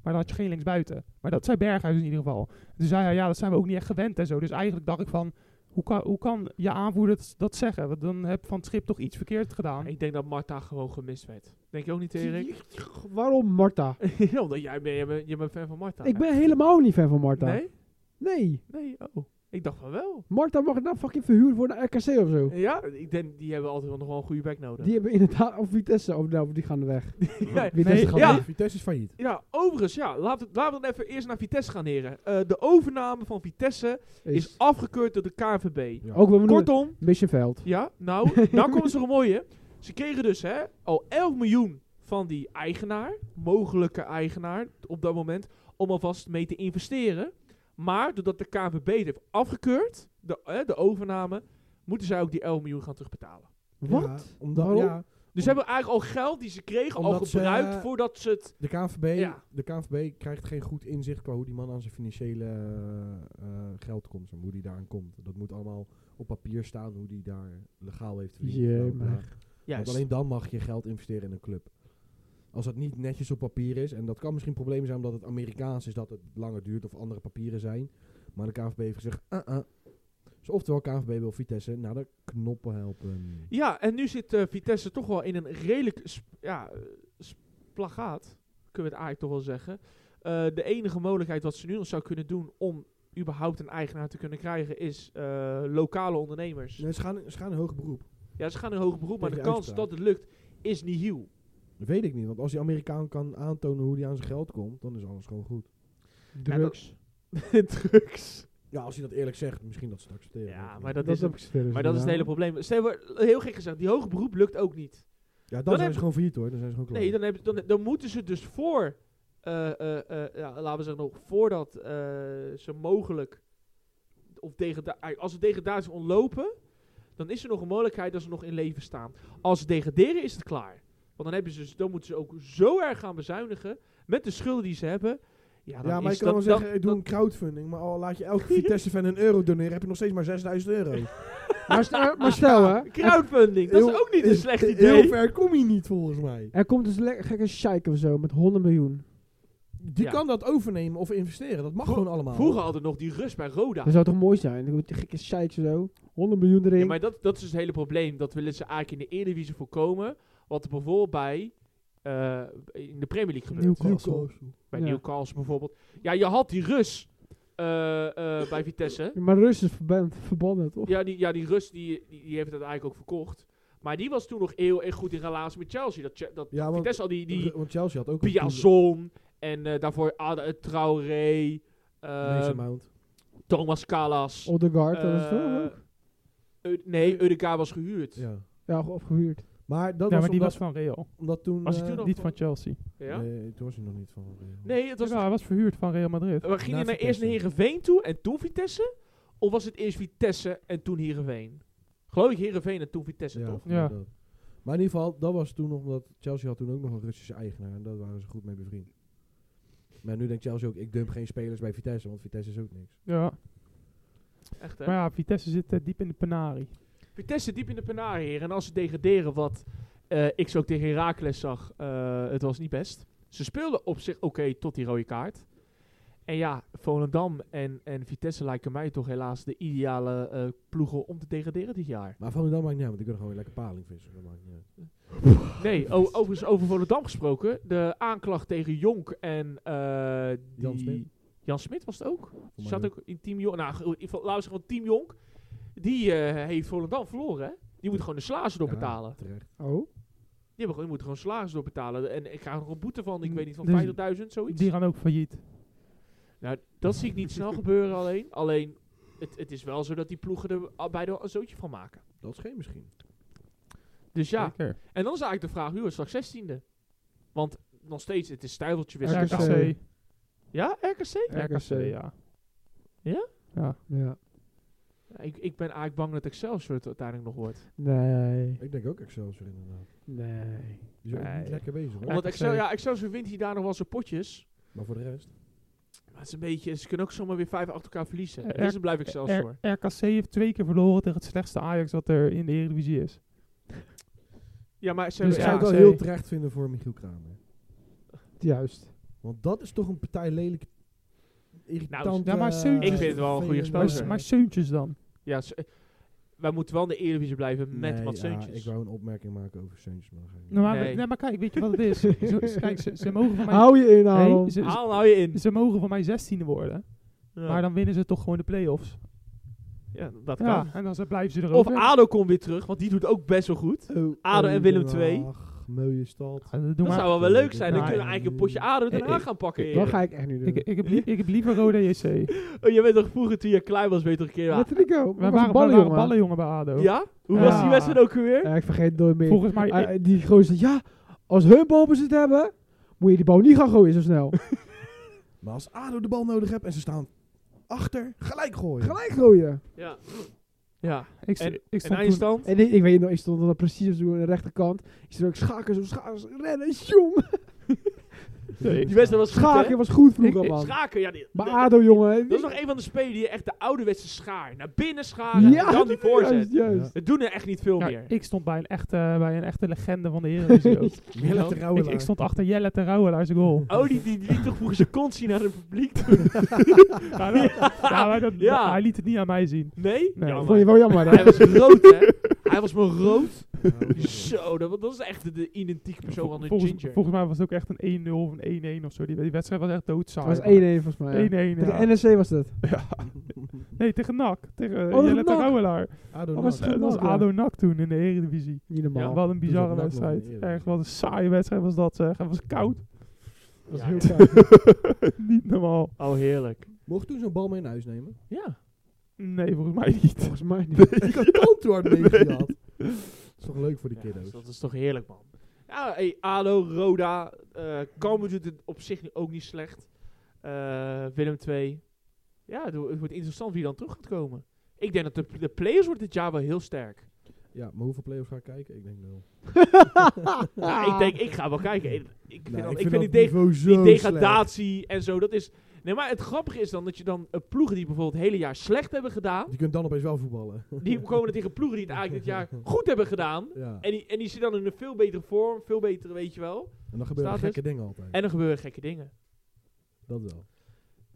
S3: Maar dan had je geen linksbuiten. Maar dat zei Berghuis in ieder geval. En toen zei hij, ja, dat zijn we ook niet echt gewend en zo. Dus eigenlijk dacht ik van, hoe kan, hoe kan je aanvoerder dat, dat zeggen? Want dan heb Van het Schip toch iets verkeerd gedaan.
S1: Ik denk dat Marta gewoon gemist werd. Denk je ook niet, Erik?
S4: Waarom Marta?
S1: Ja, Omdat jij ben, jij bent- je bent fan van Marta.
S4: Ik ben helemaal niet fan van Marta.
S1: Nee?
S4: Nee.
S1: Nee, oh. Ik dacht van wel.
S4: Marta mag nou fucking verhuurd worden naar RKC of zo.
S1: Ja, ik denk die hebben altijd wel nog wel een goede back nodig.
S4: Die hebben inderdaad... Of Vitesse. Of nou, die gaan weg.
S1: ja,
S4: Vitesse
S3: Nee,
S4: gaat
S1: ja.
S4: weg.
S2: Vitesse is failliet.
S1: ja, overigens, ja, laten we laten we dan even eerst naar Vitesse gaan, heren. Eh, de overname van Vitesse is afgekeurd door de KNVB.
S2: Ja.
S4: Ook wel Kortom.
S1: Kortom,
S4: Missenveld.
S1: ja, nou, nou komt er een mooie. Ze kregen dus hè, al 11 miljoen van die eigenaar, mogelijke eigenaar op dat moment, om alvast mee te investeren. Maar doordat de KNVB het heeft afgekeurd, de, hè, de overname, moeten zij ook die 11 miljoen gaan terugbetalen.
S4: Wat?
S2: Ja, omdat,
S4: Waarom?
S2: ja,
S1: Dus ze hebben eigenlijk al geld die ze kregen al
S2: Omdat ze,
S1: gebruikt
S2: eh,
S1: voordat ze het...
S2: de, KNVB,
S1: Ja.
S2: de KNVB krijgt geen goed inzicht qua hoe die man aan zijn financiële eh, eh, geld komt. En hoe die daaraan komt. Dat moet allemaal op papier staan hoe die daar legaal heeft verdiend.
S4: Jee,
S2: bla, bla, bla.
S4: maar.
S1: Juist.
S2: Want alleen dan mag je geld investeren in een club. Als dat niet netjes op papier is, en dat kan misschien een probleem zijn omdat het Amerikaans is, dat het langer duurt of andere papieren zijn. Maar de KNVB heeft gezegd, ah ah. Dus oftewel, KNVB wil Vitesse naar de knoppen helpen.
S1: Ja, en nu zit eh, Vitesse toch wel in een redelijk sp- ja, eh, s- plagaat, kunnen we het eigenlijk toch wel zeggen. Eh, de enige mogelijkheid wat ze nu nog zou kunnen doen om überhaupt een eigenaar te kunnen krijgen, is eh, lokale ondernemers.
S2: Nee, ze, gaan, ze gaan in hoger beroep.
S1: Ja, ze gaan in hoger beroep, maar de
S2: Tegen
S1: kans
S2: uitspraak.
S1: dat het lukt is niet heel.
S2: Dat weet ik niet, want als die Amerikaan kan aantonen hoe die aan zijn geld komt, dan is alles gewoon goed.
S4: Drugs.
S1: Drugs.
S2: Ja, als hij dat eerlijk zegt, misschien dat ze het accepteren. Weet
S1: Ja,
S2: ik
S1: maar
S2: niet.
S1: dat, is,
S4: heb
S1: het-
S4: ik verder
S1: maar dat is het hele
S4: gedaan.
S1: probleem. Stel, we- heel gek gezegd, die hoger beroep lukt ook niet.
S2: ja, dan,
S1: Dan
S2: zijn
S1: heb-
S2: ze gewoon failliet hoor, dan zijn ze gewoon klaar.
S1: Nee, dan, heb, dan, dan moeten ze dus voor, eh, eh, eh, ja, laten we zeggen nog, voordat eh, eh, ze mogelijk, of degeda- als ze degradatie ontlopen, dan is er nog een mogelijkheid dat ze nog in leven staan. Als ze degraderen is het klaar. Want dan, hebben ze, dus- dan moeten ze ook zo erg gaan bezuinigen met de schulden die ze hebben. Ja, dan
S2: ja, maar
S1: is
S2: ik kan wel
S1: dat,
S2: zeggen,
S1: dat-
S2: ik doe een crowdfunding, maar al laat je elke Vitesse-fan een euro doneren, heb je nog steeds maar 6000 euro.
S4: Maar, st- eh, maar stel hè,
S1: dat- crowdfunding, dat is ook niet een
S2: is-
S1: slecht
S2: heel
S1: idee.
S2: ver kom je niet, volgens mij.
S4: er komt dus een le- gekke sheik of zo met 100 miljoen.
S2: Die
S1: Ja.
S2: kan dat overnemen of investeren, dat mag
S1: Vro-
S2: gewoon allemaal.
S1: Vroeger hadden we nog die rust bij Roda.
S4: Dat zou toch mooi zijn? Dan moet die gekke sheik zo, 100 miljoen erin.
S1: Ja, maar dat, dat is dus het hele probleem. Dat willen ze eigenlijk in de Eredivisie voorkomen. Wat er bijvoorbeeld bij eh, in de Premier League gebeurt.
S4: Newcastle.
S1: bij
S4: Ja.
S1: Newcastle bijvoorbeeld. Ja, je had die Rus eh, eh, bij Vitesse.
S4: Ja, maar Rus is verband, verbannen, toch?
S1: Ja, die, ja, die Rus die, die, die heeft het eigenlijk ook verkocht. Maar die was toen nog heel erg goed in relatie met Chelsea. Dat, Che- dat
S2: Ja, want-
S1: Vitesse al die, die
S2: Die, want Chelsea had ook een
S1: Piazon en eh, daarvoor Ada eh, Traoré, eh,
S2: Mason Mount.
S1: Thomas Kalas.
S4: Odegaard, dat is
S1: eh,
S4: toch ook?
S1: Ud- nee, Udegaard was gehuurd. Ja.
S2: Ja.
S4: Ja, of gehuurd.
S2: Maar dat was,
S3: Ja, maar die
S2: omdat,
S3: was van Real.
S2: omdat toen...
S3: Was hij
S2: eh,
S3: toen
S1: nog
S3: niet
S1: van-
S3: van Chelsea?
S2: Nee, toen was hij nog niet van Real.
S1: Nee, het was
S3: Ja, hij was verhuurd van Real Madrid.
S1: Eh, Maar ging
S2: Na
S1: je naar eerst
S2: Vitesse.
S1: naar Heerenveen toe en toen Vitesse? Of was het eerst Vitesse en toen Heerenveen? Geloof ik Heerenveen en toen Vitesse,
S2: Ja,
S1: toch?
S3: Ja.
S2: inderdaad. Maar in ieder geval, dat was toen nog omdat Chelsea had toen ook nog een Russische eigenaar en daar waren ze goed mee bevriend. Maar nu denkt Chelsea ook, ik dump geen spelers bij Vitesse, want Vitesse is ook niks.
S3: Ja.
S1: Echt, hè?
S3: Maar ja, Vitesse zit eh, diep in de penarie.
S1: Vitesse diep in de penarie, heren. En als ze degraderen, wat eh, ik zo ook tegen Heracles zag, eh, het was niet best. Ze speelden op zich oké tot die rode kaart. En ja, Volendam en, en Vitesse lijken mij toch helaas de ideale eh, ploegen om te degraderen dit jaar.
S2: Maar van dan maakt niet uit, want ik kan gewoon weer lekker paling vissen. Dat maakt niet uit.
S1: Nee, o- overigens over Volendam gesproken. De aanklacht tegen Jonk en eh, die-
S2: Jan Smit.
S1: Jan Smit was het ook.
S2: mij
S1: Zat
S2: ook.
S1: ook in Team Jonk. Nou, in ieder geval, laten we zeggen, Team Jonk. Die eh, heeft Volendam verloren, hè? Die moet gewoon de slagen
S2: Ja,
S1: doorbetalen.
S2: Terecht.
S4: Oh.
S1: Die, hebben gewoon, die moeten gewoon salaris doorbetalen. En ik krijg nog een boete van, ik
S3: Mm,
S1: weet niet, van
S3: dus
S1: 50.000, zoiets.
S3: Die gaan ook failliet.
S1: Nou, dat zie ik niet snel gebeuren alleen. Alleen, het, het is wel zo dat die ploegen er al- beide wel een zootje van maken.
S2: Dat is geen misschien.
S1: Dus ja,
S3: Zeker.
S1: en dan is eigenlijk de vraag, wie wordt straks 16e? Want nog steeds, het is stuiveltje wisselen.
S3: RKC.
S1: Ja, RKC?
S3: RKC, ja.
S1: Ja?
S3: Ja.
S4: Ja.
S1: Ja, Ik, ik ben eigenlijk bang dat Excelsior het uiteindelijk nog wordt.
S4: Nee.
S2: Ik denk ook Excelsior inderdaad.
S4: Nee.
S2: Die zijn ook niet
S3: Nee.
S2: lekker bezig hoor.
S1: Omdat
S3: RKC.
S1: Excel, ja, Excelsior wint hier daar nog wel zijn potjes.
S2: Maar voor de rest,
S1: Maar het is een beetje, ze kunnen ook zomaar weer vijf achter elkaar verliezen.
S3: Eh,
S1: En dus dan blijft Excelsior.
S3: R- RKC heeft twee keer verloren tegen het slechtste Ajax wat er in de Eredivisie is.
S1: Ja, maar ze
S4: Dus
S2: ik
S1: hebben
S2: zou het
S1: ja,
S2: wel
S4: RKC.
S2: heel terecht vinden voor Michiel Kramer.
S4: Juist.
S2: Want dat is toch een partij lelijk irritant.
S1: Nou,
S3: ja, maar
S2: eh,
S3: Seuntje-
S1: Ik vind het wel een goede
S2: vervelende-
S1: Oh,
S3: Maar,
S1: sorry.
S3: maar Seuntjes dan.
S1: ja, ze- wij moeten wel in de Eredivisie blijven met
S2: Nee,
S1: Mats
S2: ja,
S1: Seuntjes.
S2: ik wou een opmerking maken over Seuntjes, maar dat ga ik niet.
S3: Nou, maar,
S1: Nee.
S3: nee, maar kijk, weet je wat het is? Zo- kijk, ze, ze mogen van mij...
S4: Hou je in, Aaron.
S3: Nee, ze, ze-
S1: Haal nou je in.
S3: ze mogen van mij zestiende worden.
S1: Ja.
S3: dus- Maar dan winnen ze toch gewoon de play-offs.
S1: ja, dat kan.
S3: Ja, en dan ze- blijven ze er ook
S1: Of
S3: in.
S1: ADO komt weer terug, want die doet ook best wel goed.
S2: Oh,
S1: ADO en Willem
S2: Den
S1: II.
S2: Haag, Mooie stad.
S3: Ja, doe
S1: Dat
S3: maar.
S1: zou wel wel leuk zijn. Dan
S3: Ja,
S1: kunnen we
S2: ja.
S1: eigenlijk een potje ADO
S3: Eh,
S1: Den
S3: eh,
S1: Haag gaan pakken.
S4: Dat
S1: heren.
S4: ga ik echt niet doen.
S3: Ik, ik, heb lie- ik heb liever Rode JC.
S1: Oh, je bent toch vroeger toen je klein was, weet je toch een keer...
S4: Met Rico.
S3: We
S4: We
S3: waren ballen,
S4: waren ballen,
S3: jongen.
S4: jongen.
S3: ballen jongen bij ADO.
S1: Ja? Hoe
S3: Ja.
S1: was die wedstrijd ook weer?
S4: Ja, ik vergeet het nooit meer.
S3: Volgens mij...
S4: Ah, eh, die gozer, ja, als hun balbezit hebben, moet je die bal niet gaan gooien zo snel.
S2: Maar als ADO de bal nodig hebt en ze staan achter, gelijk gooien.
S4: Gelijk gooien.
S1: Ja. Ja.
S3: ik, st-
S1: En,
S3: ik
S1: en
S3: stond toen-
S1: eindstand?
S4: En ik, ik weet nog, ik stond dan precies op de rechterkant. Ik stond ook schaken, zo schaken, rennen, jong.
S1: Die wedstrijd was goed, hè? Eh,
S4: Schaken was goed vroeger,
S3: Ik-
S4: man.
S1: Schaken, ja. Die,
S4: Maar
S1: dat-
S4: ADO, jongen.
S1: dat is nog een van de spelen die echt de ouderwetse schaar naar binnen scharen.
S4: Ja,
S1: en dan die voorzet.
S4: Juist, juist.
S1: Dat doen er echt niet veel
S3: Ja,
S1: meer.
S3: ik stond bij een echte, bij een echte legende van de Eredivisie ook.
S2: Jelle
S1: Ik-
S2: Terouwelaar.
S3: ik, ik stond achter Jelle Terouwelaar zijn goal.
S1: Oh, die, die, die liet toch vroeger zijn kont zien naar het publiek toe?
S3: Ja, dat- ja, maar dat-
S1: nou. Ja.
S3: Hij liet het niet aan mij zien.
S1: Nee?
S3: Nee.
S1: Jammer.
S4: Vond je wel jammer, hè?
S1: Hij was rood, hè? Hij was maar rood.
S2: Ja, dat is wel-
S1: Zo, dat, dat is echt de, de identieke persoon aan een
S3: volgens,
S1: ginger.
S3: volgens mij was het ook echt een 1-0 of een 1-1 of zo. Die, die wedstrijd was echt doodzaai.
S4: Het was 1-1 volgens mij. ja.
S3: 1-1, ja.
S4: Tegen NEC was dat.
S3: Nee, tegen NAC. Tegen eh,
S4: Oh, tegen
S3: Jelle
S4: NAC.
S3: Terouwelaar.
S2: ADO
S4: Oh, was
S2: NAC.
S4: het-
S3: Dat was
S4: NAC, ja.
S3: ADO NAC toen in de Eredivisie.
S4: Niet normaal.
S1: Ja,
S4: Ja,
S3: Wat een bizarre
S2: NAC nog in de
S3: wedstrijd.
S2: Eredivisie.
S3: Echt, wat een saaie wedstrijd was dat zeg. Het was koud.
S4: dat was
S1: Ja.
S4: heel koud.
S3: niet normaal.
S1: Oh, heerlijk.
S2: Mocht toen zo'n bal mee naar huis nemen?
S1: Ja.
S3: Nee, volgens mij niet.
S4: Volgens mij niet.
S2: ik had kantoor meegehad. Dat is toch leuk voor die
S1: Ja,
S2: kiddo's.
S1: dus dat is toch heerlijk, man. Ja, hey, ADO, Roda, eh Cambuur doet het op zich ook niet slecht. Eh, Willem 2. Ja, het wo- het wordt interessant wie dan terug gaat komen. Ik denk dat de, de players wordt dit jaar wel heel sterk.
S2: Ja, maar hoeveel playoffs ga ik kijken? Ik denk nul.
S1: Ja, ik denk, ik ga wel kijken. Ik, ik vind,
S2: Nou,
S1: al- ik
S2: vind
S1: vind die,
S2: dat
S1: deg-
S2: niveau
S1: die
S2: zo
S1: degradatie en zo, dat is... Nee, maar het grappige is dan dat je dan eh, ploegen die bijvoorbeeld het hele jaar slecht hebben gedaan...
S2: slecht. Je kunt dan opeens wel voetballen.
S1: die komen dan tegen ploegen die het eigenlijk dit jaar goed hebben gedaan...
S2: ja.
S1: En die, en die zitten dan in een veel betere vorm, veel betere, weet je wel.
S2: En dan gebeuren
S1: Status.
S2: gekke dingen altijd.
S1: dus- En dan gebeuren gekke dingen.
S2: dat wel.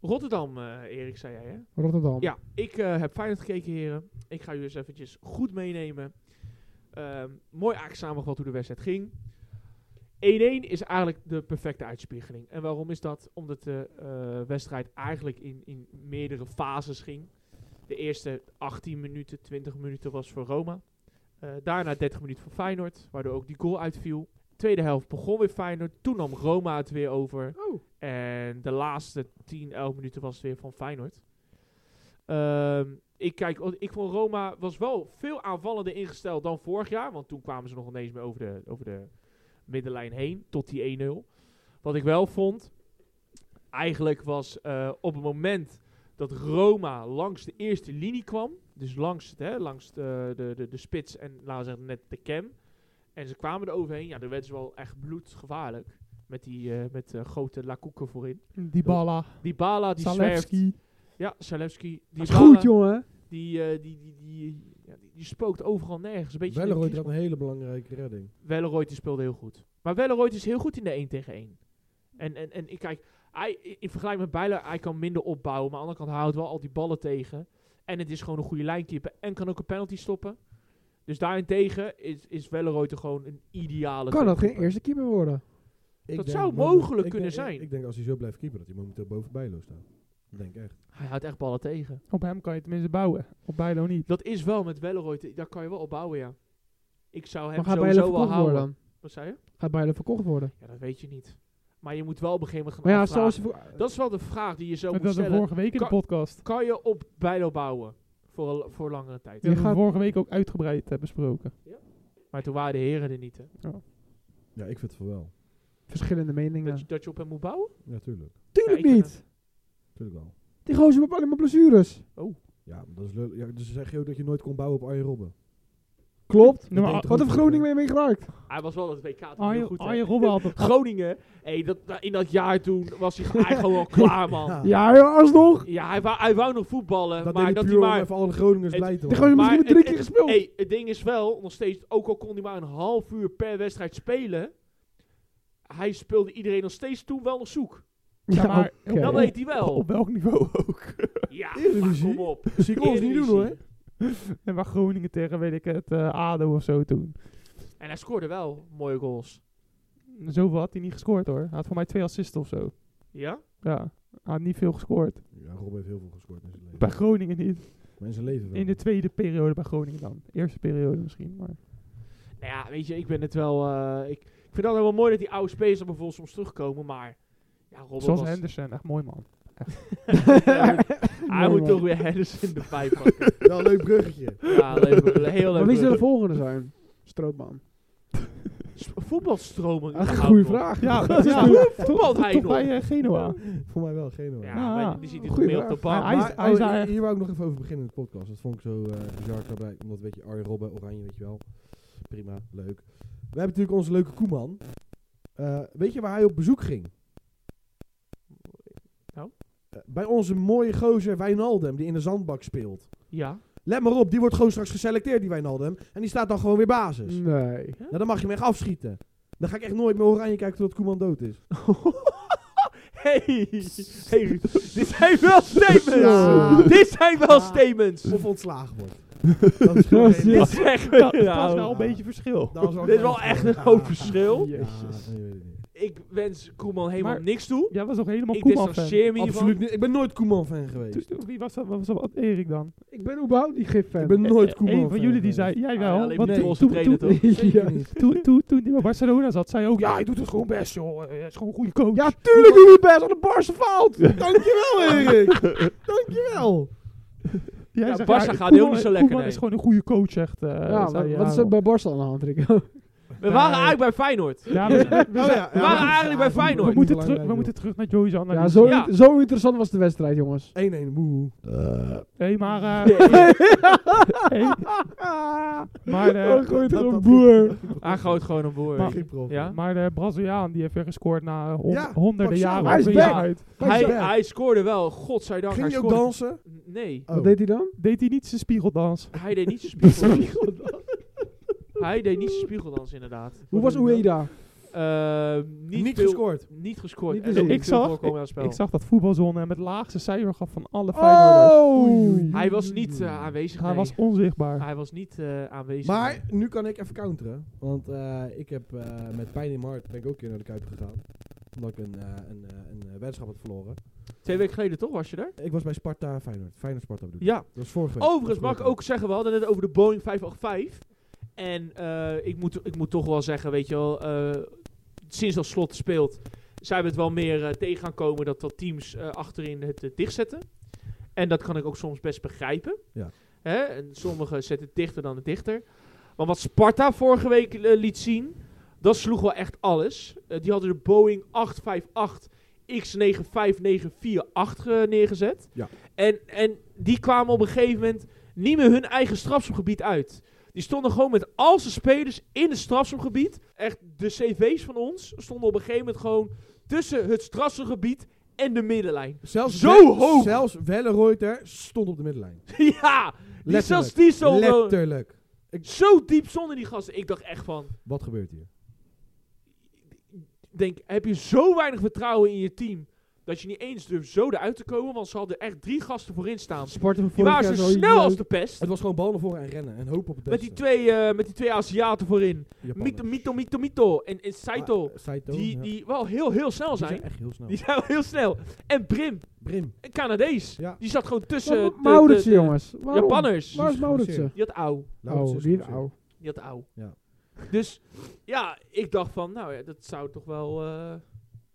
S1: Rotterdam, eh, Erik, zei jij, hè?
S4: Rotterdam.
S1: Ja, ik eh, heb Feyenoord gekeken, heren. Ik ga jullie eens eventjes goed meenemen. Ehm, mooi eigenlijk samengevat hoe de wedstrijd ging. 1-1 is eigenlijk de perfecte uitspiegeling. En waarom is dat? Omdat de eh, wedstrijd eigenlijk in, in meerdere fases ging. De eerste 18 minuten, 20 minuten was voor Roma. Eh, daarna 30 minuten voor Feyenoord, waardoor ook die goal uitviel. Tweede helft begon weer Feyenoord. Toen nam Roma het weer over.
S4: Oh.
S1: En de laatste 10, 11 minuten was het weer van Feyenoord. Ehm, ik, kijk, want ik vond Roma was wel veel aanvallender ingesteld dan vorig jaar. Want toen kwamen ze nog ineens meer over de, over de middenlijn heen. Tot die 1-0. Wat ik wel vond. Eigenlijk was eh, op het moment dat Roma langs de eerste linie kwam. Dus langs, het, hè, langs de, de, de, de spits en laten we zeggen net de cam. En ze kwamen er overheen. Ja, dan werden ze wel echt bloedgevaarlijk. Met die eh, met, eh, grote lakoeken voorin.
S3: Dybala,
S1: Die Bala die zwerft.
S3: Zalewski.
S1: Ja, Salewski.
S4: Dat is goed, jongen.
S1: Die, eh, die, die, die, ja, die, die spookt overal nergens. Een beetje in de
S2: Welleroy had
S1: kiesbal.
S2: een hele belangrijke redding.
S1: Welleroy die speelde heel goed. Maar Welleroy is heel goed in de 1 tegen 1. En, en, en ik kijk, hij, in vergelijking met Bijler, hij kan minder opbouwen. Maar aan de andere kant hij houdt wel al die ballen tegen. En het is gewoon een goede lijnkeeper. En kan ook een penalty stoppen. Dus daarentegen is, is Welleroy er gewoon een ideale
S4: Kan dat geen
S1: goalkeeper.
S4: eerste keeper worden?
S2: Ik
S1: Dat
S2: denk
S1: zou
S2: dat-
S1: mogelijk
S2: ik
S1: kunnen
S2: denk- ik-
S1: zijn.
S2: Ik denk als hij zo blijft keeper, dat hij momenteel boven Bijlo staat. Ik denk echt.
S1: Hij houdt echt ballen tegen.
S3: Op hem kan je tenminste bouwen. Op Bijlo niet.
S1: Dat is wel met Welleroy, te- daar kan je wel op bouwen, ja. Ik zou hem
S4: Maar gaat Bijlo
S1: sowieso wel
S4: verkocht worden
S1: houden.
S4: dan?
S1: Wat zei je?
S4: Gaat Bijlo verkocht worden?
S1: Ja, dat weet je niet. Maar je moet wel op een gegeven moment
S4: Maar
S1: gaan
S4: ja,
S1: afvragen.
S4: zoals...
S1: Dat is wel de vraag die je zo
S3: Dat
S1: moet
S3: hadden we
S1: stellen.
S3: vorige week in de
S1: Kan-
S3: podcast.
S1: Kan je op Bijlo bouwen? Voor, voor langere tijd.
S3: Die hebben
S4: gaat-
S3: we vorige week ook uitgebreid eh, besproken.
S1: Maar toen waren de heren er niet, hè?
S2: Ja, ik vind het wel.
S4: Verschillende
S1: Dat, je,
S4: meningen.
S1: dat je op hem moet bouwen?
S2: Ja, tuurlijk.
S4: Tuurlijk
S1: Ja, ik-
S4: niet.
S2: Tuurlijk wel.
S4: Die gozer heeft alleen maar blessures.
S2: Ja, maar dat is lul- ja, dus zeg je ook dat je nooit kon bouwen op Arjen Robben.
S4: Klopt.
S3: Nou,
S2: denk
S3: maar
S2: toch
S4: Wat
S2: ook
S4: heeft
S2: niet,
S4: Groningen
S2: hè?
S4: mee mee geraakt?
S1: Hij was wel het WK toen heel
S3: Arjen
S1: goed, hè?
S3: Arjen Robben had het-
S1: Groningen, hey, dat, da- in dat jaar toen was hij eigenlijk gewoon al klaar, man.
S2: Ja.
S4: Ja, joh, alsnog.
S1: Ja, hij wou, hij wou nog voetballen,
S2: Dat
S1: maar
S2: deed
S1: dat
S2: hij
S1: hij
S2: puur om
S1: maar...
S2: even alle Groningers
S1: Het-
S2: blij te
S4: Die
S2: maken.
S4: gozer heeft
S1: Maar
S4: misschien maar drie
S1: het-
S4: keer gespeeld.
S1: Hey, het ding is wel, nog steeds, ook al kon hij maar een half uur per wedstrijd spelen... Hij speelde iedereen nog steeds toen wel nog zoek.
S3: Ja, maar
S4: oké.
S1: Dat weet hij wel.
S3: Op welk niveau ook.
S1: Ja, maar
S2: Eredivisie.
S1: kom op.
S2: Zie ik ons niet doen hoor.
S3: En waar Groningen tegen, weet ik het, eh, ADO of zo toen.
S1: En hij scoorde wel mooie goals.
S3: Zoveel had hij niet gescoord hoor. Hij had voor mij twee assists of zo.
S1: Ja?
S3: Ja, hij had niet veel gescoord.
S2: Ja, Robben heeft heel veel gescoord in zijn leven.
S3: Bij Groningen niet.
S2: Maar in zijn leven wel.
S3: In de tweede periode bij Groningen dan. Eerste periode misschien, maar...
S1: Nou ja, weet je, ik ben het wel... eh, ik, ik vind het wel mooi dat die oude spelers dan bijvoorbeeld soms terugkomen, maar... Ja, Robben
S3: Zoals
S1: was...
S3: Henderson, echt mooi man.
S1: hij
S4: Mooi,
S1: moet
S4: man.
S1: toch weer Henderson in de pijp pakken.
S2: Ja, leuk bruggetje.
S1: ja, leuk, heel leuk.
S4: Wat wie zou de
S1: brug.
S4: volgende zijn? Stroopman.
S1: S- Voetbalstromen.
S4: Echt een
S1: überhaupt
S4: goede
S1: nog.
S4: vraag.
S3: Ja,
S4: dat is
S3: ja.
S4: goed.
S1: Voetbalt hij
S3: Toch
S1: nog?
S3: bij eh, Genoa.
S2: Voor mij wel, geen hoor.
S1: Ja,
S3: Ja.
S1: maar die ziet hij toch
S4: Goeie
S1: meer op de
S3: vraag.
S1: bank.
S3: Ah, Hij is-
S2: Maar,
S3: hij is
S2: oh,
S3: daar
S2: hier,
S3: echt-
S2: hier wou ik nog even over beginnen in de podcast. Dat vond ik zo eh bizar daarbij. Omdat, weet je, Arjen Robben, Oranje, weet je wel. Prima, leuk. We hebben natuurlijk onze leuke Koeman. Eh, weet je waar hij op bezoek ging?
S1: Nou?
S2: Eh, bij onze mooie gozer Wijnaldum, die in de zandbak speelt.
S1: Ja.
S2: Let maar op, die wordt gewoon straks geselecteerd, die Wijnaldum. En die staat dan gewoon weer basis.
S3: Mhm.
S4: Nee.
S2: Nou, dan mag je hem echt afschieten. Dan ga ik echt nooit meer Oranje kijken totdat Koeman dood is.
S1: Hey, hey, dit zijn wel statements.
S4: Ja.
S1: Dit zijn wel statements.
S2: Of ontslagen wordt. dat is gewoon
S4: Dat is-
S2: geen-
S1: Dit zeggen we
S3: Dat, dat is
S1: nou.
S3: wel een beetje verschil.
S2: dat is wel
S1: Dit is wel echt een groot verschil.
S2: Ja,
S4: Jezus.
S2: nee, weet ik niet.
S1: Ik wens Koeman helemaal
S3: Maar-
S1: niks toe.
S3: Jij was toch helemaal
S1: Ik
S3: Koeman fan?
S1: distancieer me hiervan.
S2: Absoluut niet. Ik ben nooit Koeman-fan geweest.
S3: Toen- Wie was dat? Wat was dat? Wat, Erik dan?
S4: Ik ben überhaupt niet gif
S2: Ik
S4: fan.
S2: ben nooit
S3: Eh,
S2: Koeman-fan
S3: Een van jullie die
S2: geweest.
S3: zei, jij
S1: Ah,
S3: wel.
S1: alleen met
S3: want toen-
S1: Trolls
S3: toen-
S1: trainen,
S3: toen-
S1: toch?
S2: Zeker niet.
S3: Toen, toen, toen hij bij Barcelona zat, zei hij ook, ja, hij doet het gewoon best, joh. Hij is gewoon een goede coach.
S4: Ja, tuurlijk doe je best aan de barse fout.
S2: Dankjewel, Erik. Dankjewel.
S3: Jij
S1: Ja,
S3: zegt,
S1: Barca
S3: ja,
S1: gaat
S3: Koeman-
S1: heel niet zo lekker,
S3: Koeman
S1: nee.
S3: is gewoon een goede coach, zegt eh,
S4: Ja,
S3: zei
S4: maar
S3: hij,
S4: wat is
S3: ja,
S4: er bij Borstel aan de hand, Rico?
S1: We waren
S3: Nee.
S1: eigenlijk bij Feyenoord.
S3: Eh, Ja, we, we- we-
S2: Oh ja,
S1: We waren eigenlijk bij
S3: we
S1: Feyenoord.
S3: moeten, terug, we moeten terug naar Joey's analyse.
S4: Ja, zo,
S1: Ja.
S4: zo interessant was de wedstrijd, jongens.
S2: 1-1, woehoe.
S3: Hey, maar... eh, hey, maar, eh,
S4: Oh, gooit er
S2: dat-
S4: een
S2: dat-
S4: boer.
S1: Hij gooit gewoon een boer.
S3: Maar-
S2: Geen prof.
S1: Ah. Ja?
S3: maar de Braziliaan die heeft weer gescoord na eh, hon-
S2: Ja,
S3: honderden
S2: Paxão.
S3: jaren.
S4: Hij is
S3: of een jaar
S4: back.
S3: uit.
S1: Hij,
S2: Hij is back.
S1: hij scoorde wel, godzijdank.
S2: Ging
S1: hij
S2: je ook
S1: scoorde-
S2: dansen?
S1: Nee,
S2: Oh.
S4: Wat deed hij dan?
S3: Deed hij niet zijn spiegeldans?
S1: hij deed niet zijn spiegeldans. hij deed niet zijn spiegeldans, inderdaad.
S4: Hoe was Ueda?
S1: Eh, niet
S2: Niet
S1: veel-
S2: gescoord.
S1: Niet gescoord.
S4: Niet
S1: En
S4: gezien.
S1: ook niet
S3: Ik
S1: veel
S3: zag-
S1: voorkomen aan het spel.
S3: Ik zag dat voetbalzone hem het laagste cijfer gaf van
S2: Oh! Ah,
S3: alle Feyenoorders.
S1: Hij was niet
S2: Hmm.
S1: eh, aanwezig.
S3: Hij
S1: nee.
S3: was onzichtbaar.
S1: Hij was niet eh, aanwezig.
S2: Maar nu kan ik even counteren. Want eh, ik heb eh, met pijn in mijn hart ben ik ook een keer naar de Kuip gegaan. Omdat ik een, eh, een, eh, een eh, weddenschap had verloren.
S1: Twee weken geleden toch, was je er?
S2: Ik was bij Sparta Feyenoord. Feyenoord Sparta bedoel ik.
S1: Ja.
S2: Dat was vorige week.
S1: Overigens
S2: Dat was
S1: mag ik ook zeggen, we hadden het net over de Boeing 585. En eh, ik, moet, ik moet toch wel zeggen, weet je wel, eh, sinds dat slot speelt, zijn we het wel meer eh, tegen gaan komen dat dat teams eh, achterin het eh, dichtzetten. En dat kan ik ook soms best begrijpen.
S2: Ja.
S1: Hè? En sommigen zetten het dichter dan het dichter. Maar wat Sparta vorige week eh, liet zien, dat sloeg wel echt alles. Eh, die hadden de Boeing 858 X95948 ge- eh, neergezet.
S2: Ja.
S1: En, en die kwamen op een gegeven moment niet meer hun eigen strafschopgebied uit. Die stonden gewoon met al zijn spelers in het strafschopgebied. Echt, de cv's van ons stonden op een gegeven moment gewoon tussen het strafschopgebied en de middenlijn.
S2: Zelfs
S1: Zo
S2: Wel-
S1: hoog!
S2: Zelfs Welle Reuter stond op de middenlijn.
S1: ja, die
S2: Letterlijk.
S1: zelfs die stond wel-
S2: Letterlijk.
S1: zo diep stonden die gasten. Ik dacht echt van,
S2: Wat gebeurt hier?
S1: ik denk, heb je zo weinig vertrouwen in je team... dat je niet eens durft zo eruit te komen... want ze hadden echt drie gasten voorin staan.
S4: Sporten
S1: Die waren zo snel als de pest.
S2: Het was gewoon bal naar voren en rennen en hoop op
S1: Met
S2: het beste.
S1: die twee, eh, met die twee Aziaten voorin.
S2: Japanners.
S1: Mito, Mito, Mito, Mito. En, en Saito.
S2: Ah, Saito,
S1: die,
S2: ja.
S1: die wel heel, heel snel
S2: Die
S1: zijn.
S2: echt heel snel.
S1: Die zijn wel heel snel. En Brim,
S2: Brim.
S1: een Canadees.
S2: Ja.
S1: Die zat gewoon tussen eh, de- de-
S4: Mauritsen,
S1: de
S4: jongens. Waarom?
S1: Japanners.
S4: Waar is Mauritsen?
S1: Die had ouw.
S2: Nou,
S4: Oh, die ouw.
S1: Die had ouw.
S2: Ja.
S1: Dus ja, ik dacht van, nou ja, dat zou toch wel... eh,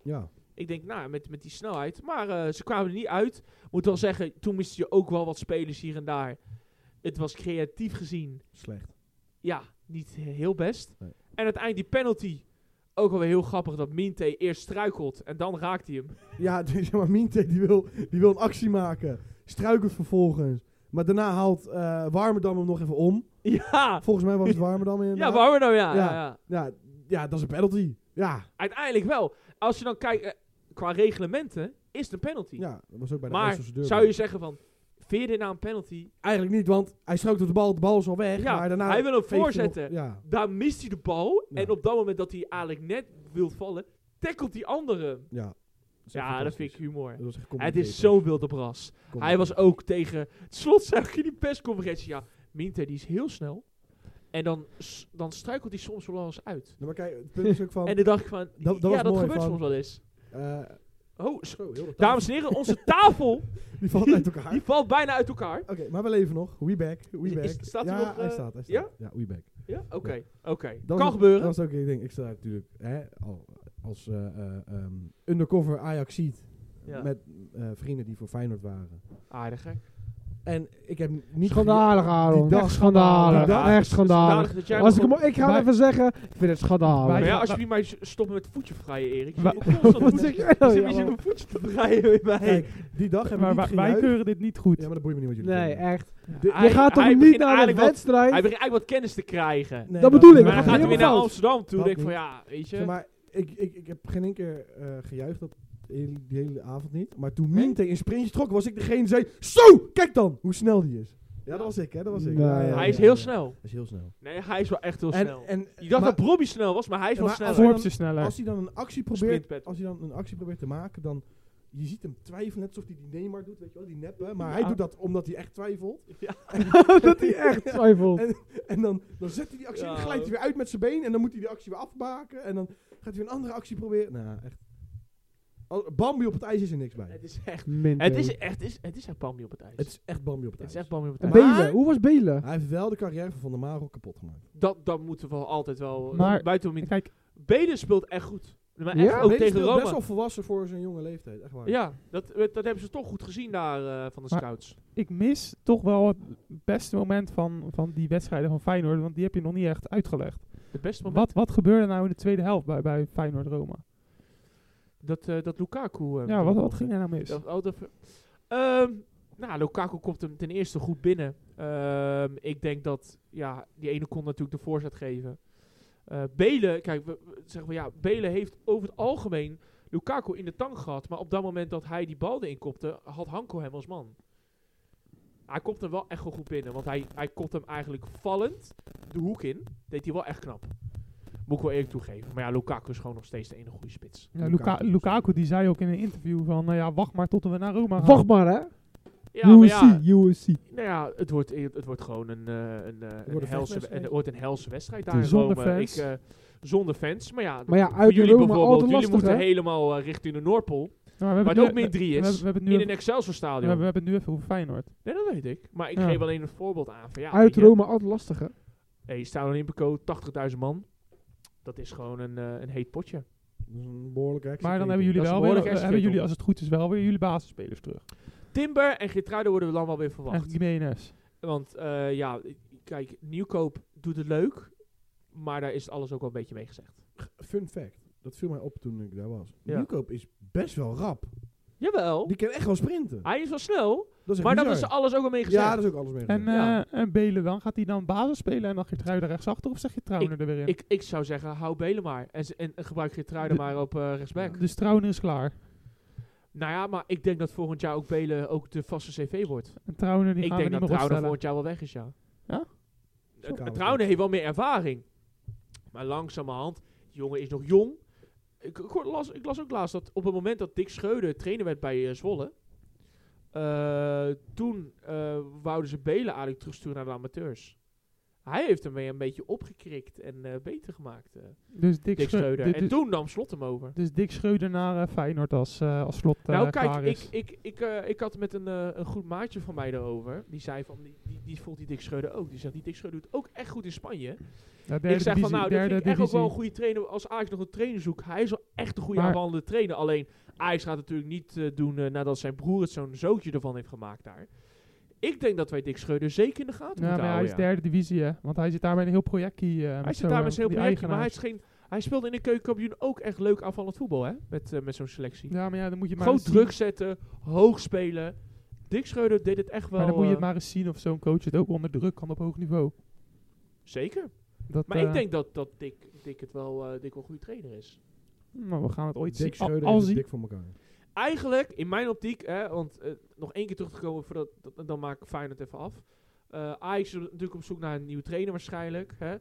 S2: Ja.
S1: ik denk, nou, met, met die snelheid. Maar eh, ze kwamen er niet uit. Moet wel zeggen, toen miste je ook wel wat spelers hier en daar. Het was creatief gezien
S2: Slecht.
S1: ja, niet heel best.
S2: Nee.
S1: En uiteindelijk die penalty. Ook alweer heel grappig dat Minte eerst struikelt en dan raakt hij hem.
S2: Ja, die, zeg maar Minte die wil, die wil een actie maken. Struikelt vervolgens. Maar daarna haalt eh Warmerdam hem nog even om.
S1: Ja,
S2: Volgens mij was het Warmerdam in.
S1: ja waarom nou ja. ja.
S2: Ja.
S1: ja.
S2: ja, ja, dat is een penalty. Ja.
S1: Uiteindelijk wel. Als je dan kijkt, eh, qua reglementen is het een penalty.
S2: Ja, dat was ook bij de
S1: maar
S2: Oosterse deur.
S1: zou je zeggen van, veer dit nou een penalty?
S2: Eigenlijk niet, want hij struikelt op de bal. De bal is al weg.
S1: Ja,
S2: maar daarna
S1: hij wil hem
S2: veegt nog-
S1: voorzetten.
S2: Ja.
S1: Daar mist hij de bal.
S2: Ja.
S1: En op dat moment dat hij eigenlijk net wil vallen, tackelt die andere.
S2: Ja, dat is echt
S1: Ja, dat
S2: fantastisch.
S1: vind ik humor.
S2: Dat was echt
S1: Het
S2: commentator.
S1: is zo'n wilde bras. Hij was
S2: Commentator.
S1: ook tegen. Het slot zag je die persconferentie. Ja, Minte die is heel snel. En dan, s- dan struikelt hij soms wel eens uit.
S2: Nou, maar kijk, het punt is ook van...
S1: En dan dacht ik van.
S2: dat
S1: ja,
S2: was
S1: dat
S2: mooi,
S1: gebeurt
S2: van-
S1: soms wel eens.
S2: eh,
S1: Oh, s-
S2: zo, heel de tafel.
S1: dames en heren, onze tafel
S2: Die valt uit elkaar.
S1: die valt bijna uit elkaar.
S2: Oké, maar we leven nog. We back. We
S1: Is-
S2: back.
S1: staat hij
S2: ja,
S1: nog,
S2: hij
S1: eh,
S2: staat. Hij staat.
S1: ja?
S2: Ja? we back.
S1: Ja, oké.
S2: Ja.
S1: Oké.
S2: Dat
S1: Kan
S2: was-
S1: gebeuren.
S2: Dat is ook, ik denk, ik sta natuurlijk hè, al, als eh, eh, ehm, undercover ajax ziet
S1: Ja.
S2: met eh, vrienden die voor Feyenoord waren.
S1: Aardig hè.
S2: En ik heb niet...
S4: Schandalig, Aaron.
S2: Die dag-
S4: Echt schandalig.
S2: die dag-
S4: Echt schandalig.
S1: Zodanig dat jij
S4: Als ik,
S1: nog
S4: hem,
S1: op-
S4: ik ga
S3: Wij-
S4: het even zeggen, ik vind het
S1: Maar
S4: schandalig.
S1: ja, als jullie mij s- stoppen met voetje vrijen, Erik. Je
S3: Wa-
S1: zit constant
S4: Wat
S1: voetje-
S4: zeg jij
S1: je
S4: nou?
S1: zit-
S4: Ja,
S1: je zit
S4: man.
S1: mijn voetje te vrijen bij mij.
S2: Kijk, die dag hebben
S3: Maar
S2: we
S3: wij,
S2: niet
S3: wij
S2: gejuicht.
S3: keuren dit niet goed.
S2: Ja, maar dat boeit me niet wat jullie
S4: Nee,
S2: vinden.
S4: echt.
S2: Je
S4: Je
S1: Hij-
S4: gaat toch
S1: hij
S4: niet
S1: begint
S4: naar de
S1: eigenlijk wat- Hij
S4: wedstrijd?
S1: begint eigenlijk wat kennis te krijgen.
S2: Nee,
S4: dat bedoel
S1: Maar
S4: ik,
S1: dan
S4: dat gaat
S1: gaat hij weer naar
S4: fout.
S1: Amsterdam toe.
S2: Dat
S1: denk ik van
S2: niet.
S1: ja, weet
S2: Zeg
S1: je.
S2: maar ik, ik, ik heb geen enkele keer eh, gejuicht op die hele avond niet. Maar toen Minte in sprintje trok, was ik degene die zei... Zo, kijk dan hoe snel die is. Ja, dat was ik, hè. Dat was ik.
S4: Nee.
S2: Ja, ja, ja,
S1: Hij is
S2: ja,
S1: heel
S2: ja.
S1: snel.
S2: Hij is heel snel.
S1: Nee, hij is wel echt heel snel.
S2: eh, En, en,
S1: je dacht
S2: maar
S1: dat Robbie snel was, maar hij is
S2: Ja,
S1: wel
S2: maar
S1: sneller.
S2: als-
S3: Voorp ze sneller.
S2: als hij dan een actie
S1: Sprintpad.
S2: probeert, als hij dan een actie probeert te maken, dan je ziet hem twijfelen, net alsof hij die Neymar doet, weet je wel, die neppen. Maar hij
S3: Ja.
S2: doet dat omdat hij echt twijfelt.
S1: Ja.
S4: Dat hij echt twijfelt.
S2: En dan, dan zet hij die actie,
S1: Ja.
S2: en dan glijdt hij weer uit met zijn been en dan moet hij die actie weer afmaken en dan gaat hij weer een andere actie proberen. Nou, echt. Al- Bambi op het ijs is er niks bij.
S1: Het is echt...
S4: Minte.
S1: Het is echt, is, het is echt Bambi op het ijs.
S2: Het
S1: Het
S2: is echt Bambi op het
S1: is
S2: ijs.
S1: echt Bambi op het ijs.
S4: Belen. Hoe was Belen?
S2: Hij heeft wel de carrière van Van der Marel kapot gemaakt.
S1: Dat, dat moeten we altijd wel... eh,
S3: Maar-
S1: buiten om in.
S3: Kijk,
S1: Beden speelt echt goed. Maar echt
S4: Ja?
S1: ook
S2: Beden
S1: tegen
S2: speelt
S1: Roma.
S2: best wel volwassen voor zijn jonge leeftijd, echt waar.
S1: Ja, dat, dat hebben ze toch goed gezien daar eh, van de
S3: Maar-
S1: scouts.
S3: ik mis toch wel het beste moment van, van die wedstrijden van Feyenoord. Want die heb je nog niet echt uitgelegd.
S1: De beste moment
S3: Wat, wat gebeurde nou in de tweede helft bij, bij Feyenoord-Roma?
S1: dat, eh, dat Lukaku... eh,
S3: Ja, wat, wat
S1: binnenkomt.
S3: ging er nou mis?
S1: Dat, oh, dat, Ehm, nou, Lukaku komt hem ten eerste goed binnen. Ehm, ik denk dat, ja, die ene kon natuurlijk de voorzet geven. Eh Belen, kijk, we, we zeggen we ja, Belen heeft over het algemeen Lukaku in de tang gehad. Maar op dat moment dat hij die bal erin kopte, had Hanko hem als man. Hij komt hem wel echt wel goed binnen, want hij, hij komt hem eigenlijk vallend de hoek in. Deed hij wel echt knap. Moet ik wel eerlijk toegeven. Maar ja, Lukaku is gewoon nog steeds de ene goede spits.
S3: Ja, Luka- Lukaku die zei ook in een interview van, nou ja, wacht maar tot we naar Roma gaan.
S4: Wacht maar, hè.
S1: Ja, maar ja,
S4: UFC, UFC.
S1: Nou ja, het wordt, het wordt gewoon een, eh, een, eh, een,
S2: wordt een
S1: helse,
S2: vechtwedstrijd.
S1: het wordt een helse wedstrijd daar in
S3: Zonder
S1: Rome.
S3: fans.
S1: Ik, eh, zonder fans. Maar ja,
S4: Maar ja,
S1: voor
S4: uit
S1: jullie
S4: Rome
S1: bijvoorbeeld.
S4: altijd
S1: Jullie
S4: lastig,
S1: moeten
S4: hè?
S1: helemaal eh, richting de Noordpool.
S3: Maar we hebben
S1: Waar het
S3: het
S1: ook
S3: nu- e-
S1: min 3
S3: we,
S1: is.
S3: hebben- we hebben het nu
S1: in een
S3: even-
S1: Excelsior
S3: we,
S1: stadion.
S3: hebben, we hebben het nu even over Feyenoord.
S1: Nee, dat weet ik. Maar ik
S3: Ja.
S1: geef alleen een voorbeeld aan. Van, ja,
S4: Uit
S1: weet je,
S4: Rome altijd lastig, hè.
S1: Hey, Stadion Impico, 80.000 man. Dat is gewoon een, eh, een heet potje.
S2: Dat is een behoorlijke heksenketel.
S3: Maar dan hebben jullie
S1: Dat is
S3: wel
S1: een
S3: weer,
S1: behoorlijk
S3: eh, hebben
S1: extra
S3: jullie,
S1: ketel.
S3: als het goed is, wel weer jullie basisspelers terug.
S1: Timber en Gertruiden worden we dan wel weer verwacht.
S3: En Jiménez.
S1: Want eh, ja, kijk, Nieuwkoop doet het leuk. Maar daar is alles ook wel een beetje mee gezegd.
S2: Fun fact. Dat viel mij op toen ik daar was.
S1: Ja.
S2: Nieuwkoop is best wel rap.
S1: Jawel.
S2: Die kan echt wel sprinten.
S1: Hij is wel snel.
S2: Dat is
S1: Ah, Maar
S2: echt
S1: dat is
S2: bizar.
S1: alles ook al mee gezegd.
S2: Ja, dat is ook alles mee.
S3: En,
S2: gezegd.
S3: eh
S1: Ja.
S3: en Belen dan? Gaat hij dan basis spelen en dan Geertruiden rechtsachter? Of zeg je Trouwner er weer in?
S1: ik, ik zou zeggen, hou Belen maar. En, ze- en en gebruik Geertruiden
S3: De-
S1: maar op eh rechtsback.
S3: dus Trouwner is klaar.
S1: Nou ja, maar ik denk dat volgend jaar ook Belen ook de vaste CV wordt.
S3: En Trouwner die
S1: ik
S3: gaan we
S1: denk
S3: niet
S1: dat
S3: meer
S1: Trouwner
S3: opstellen.
S1: volgend jaar wel weg is, ja.
S3: Ja?
S2: Zo koud.
S1: Trouwner heeft wel meer ervaring. Maar langzamerhand, die jongen is nog jong. Ik, ik hoor- las, ik las ook laatst dat op het moment dat Dick Scheuder trainer werd bij eh, Zwolle... eh, toen eh, wouden ze Belen eigenlijk terugsturen naar de amateurs. Hij heeft hem weer een beetje opgekrikt en eh, beter gemaakt. eh.
S3: Dus Dick,
S1: Dick
S3: Schreu-
S1: Schreuder.
S3: dit-
S1: En
S3: dit-
S1: toen nam Slot hem over.
S3: Dus Dick Schreuder naar eh, Feyenoord als, eh als slot eh,
S1: nou kijk,
S3: klaar
S1: ik,
S3: is.
S1: ik, ik, eh, ik had met een, eh, een goed maatje van mij daarover. Die zei van, die, die, die voelt die Dick Schreuder ook. Die zegt, die Dick Schreuder doet ook echt goed in Spanje.
S3: Ja, derde
S1: ik zeg
S3: divisie-
S1: van, nou, dit
S3: derde
S1: vind ik echt ook wel een
S3: divisie.
S1: goede trainer. Als Ajax nog een trainer zoekt, hij is wel echt een goede
S3: Maar-
S1: aanvallende trainer. Alleen, Ajax gaat het natuurlijk niet eh, doen eh, nadat zijn broer het zo'n zootje ervan heeft gemaakt daar. Ik denk dat wij Dick Schreuder zeker in de gaten
S3: Ja,
S1: moeten
S3: maar hij
S1: houden.
S3: is
S1: ja.
S3: derde divisie, hè. Want hij zit daar met een heel projectie. eh,
S1: Hij
S3: met
S1: zit
S3: zo,
S1: daar
S3: eh,
S1: met zijn heel
S3: die
S1: projectje, maar hij, is
S3: eigenaars.
S1: geen, hij speelde in de keukenkampioen ook echt leuk aanvallend voetbal, hè? Met, eh, met zo'n selectie.
S3: Ja, maar ja, dan moet je maar
S1: Groot
S3: eens zien-
S1: druk zetten, hoog spelen. Dick Schreuder deed het echt wel.
S3: Maar dan moet je het
S1: eh,
S3: maar eens zien of zo'n coach het ook onder druk kan op hoog niveau.
S1: zeker.
S3: Dat,
S1: Maar
S3: eh,
S1: ik denk dat, dat Dick, Dick het wel eh, Dick wel een goede trainer is.
S3: Maar Nou, we gaan het ooit
S2: Dick
S3: zien. Al-
S2: Schreuder
S3: Al
S2: is
S3: zien.
S2: dik voor elkaar.
S1: Eigenlijk, in mijn optiek, hè, want eh, nog één keer terug te komen, voordat, dat, dan maak ik Feyenoord even af. Eh Ajax is natuurlijk op zoek naar een nieuwe trainer waarschijnlijk. Hè.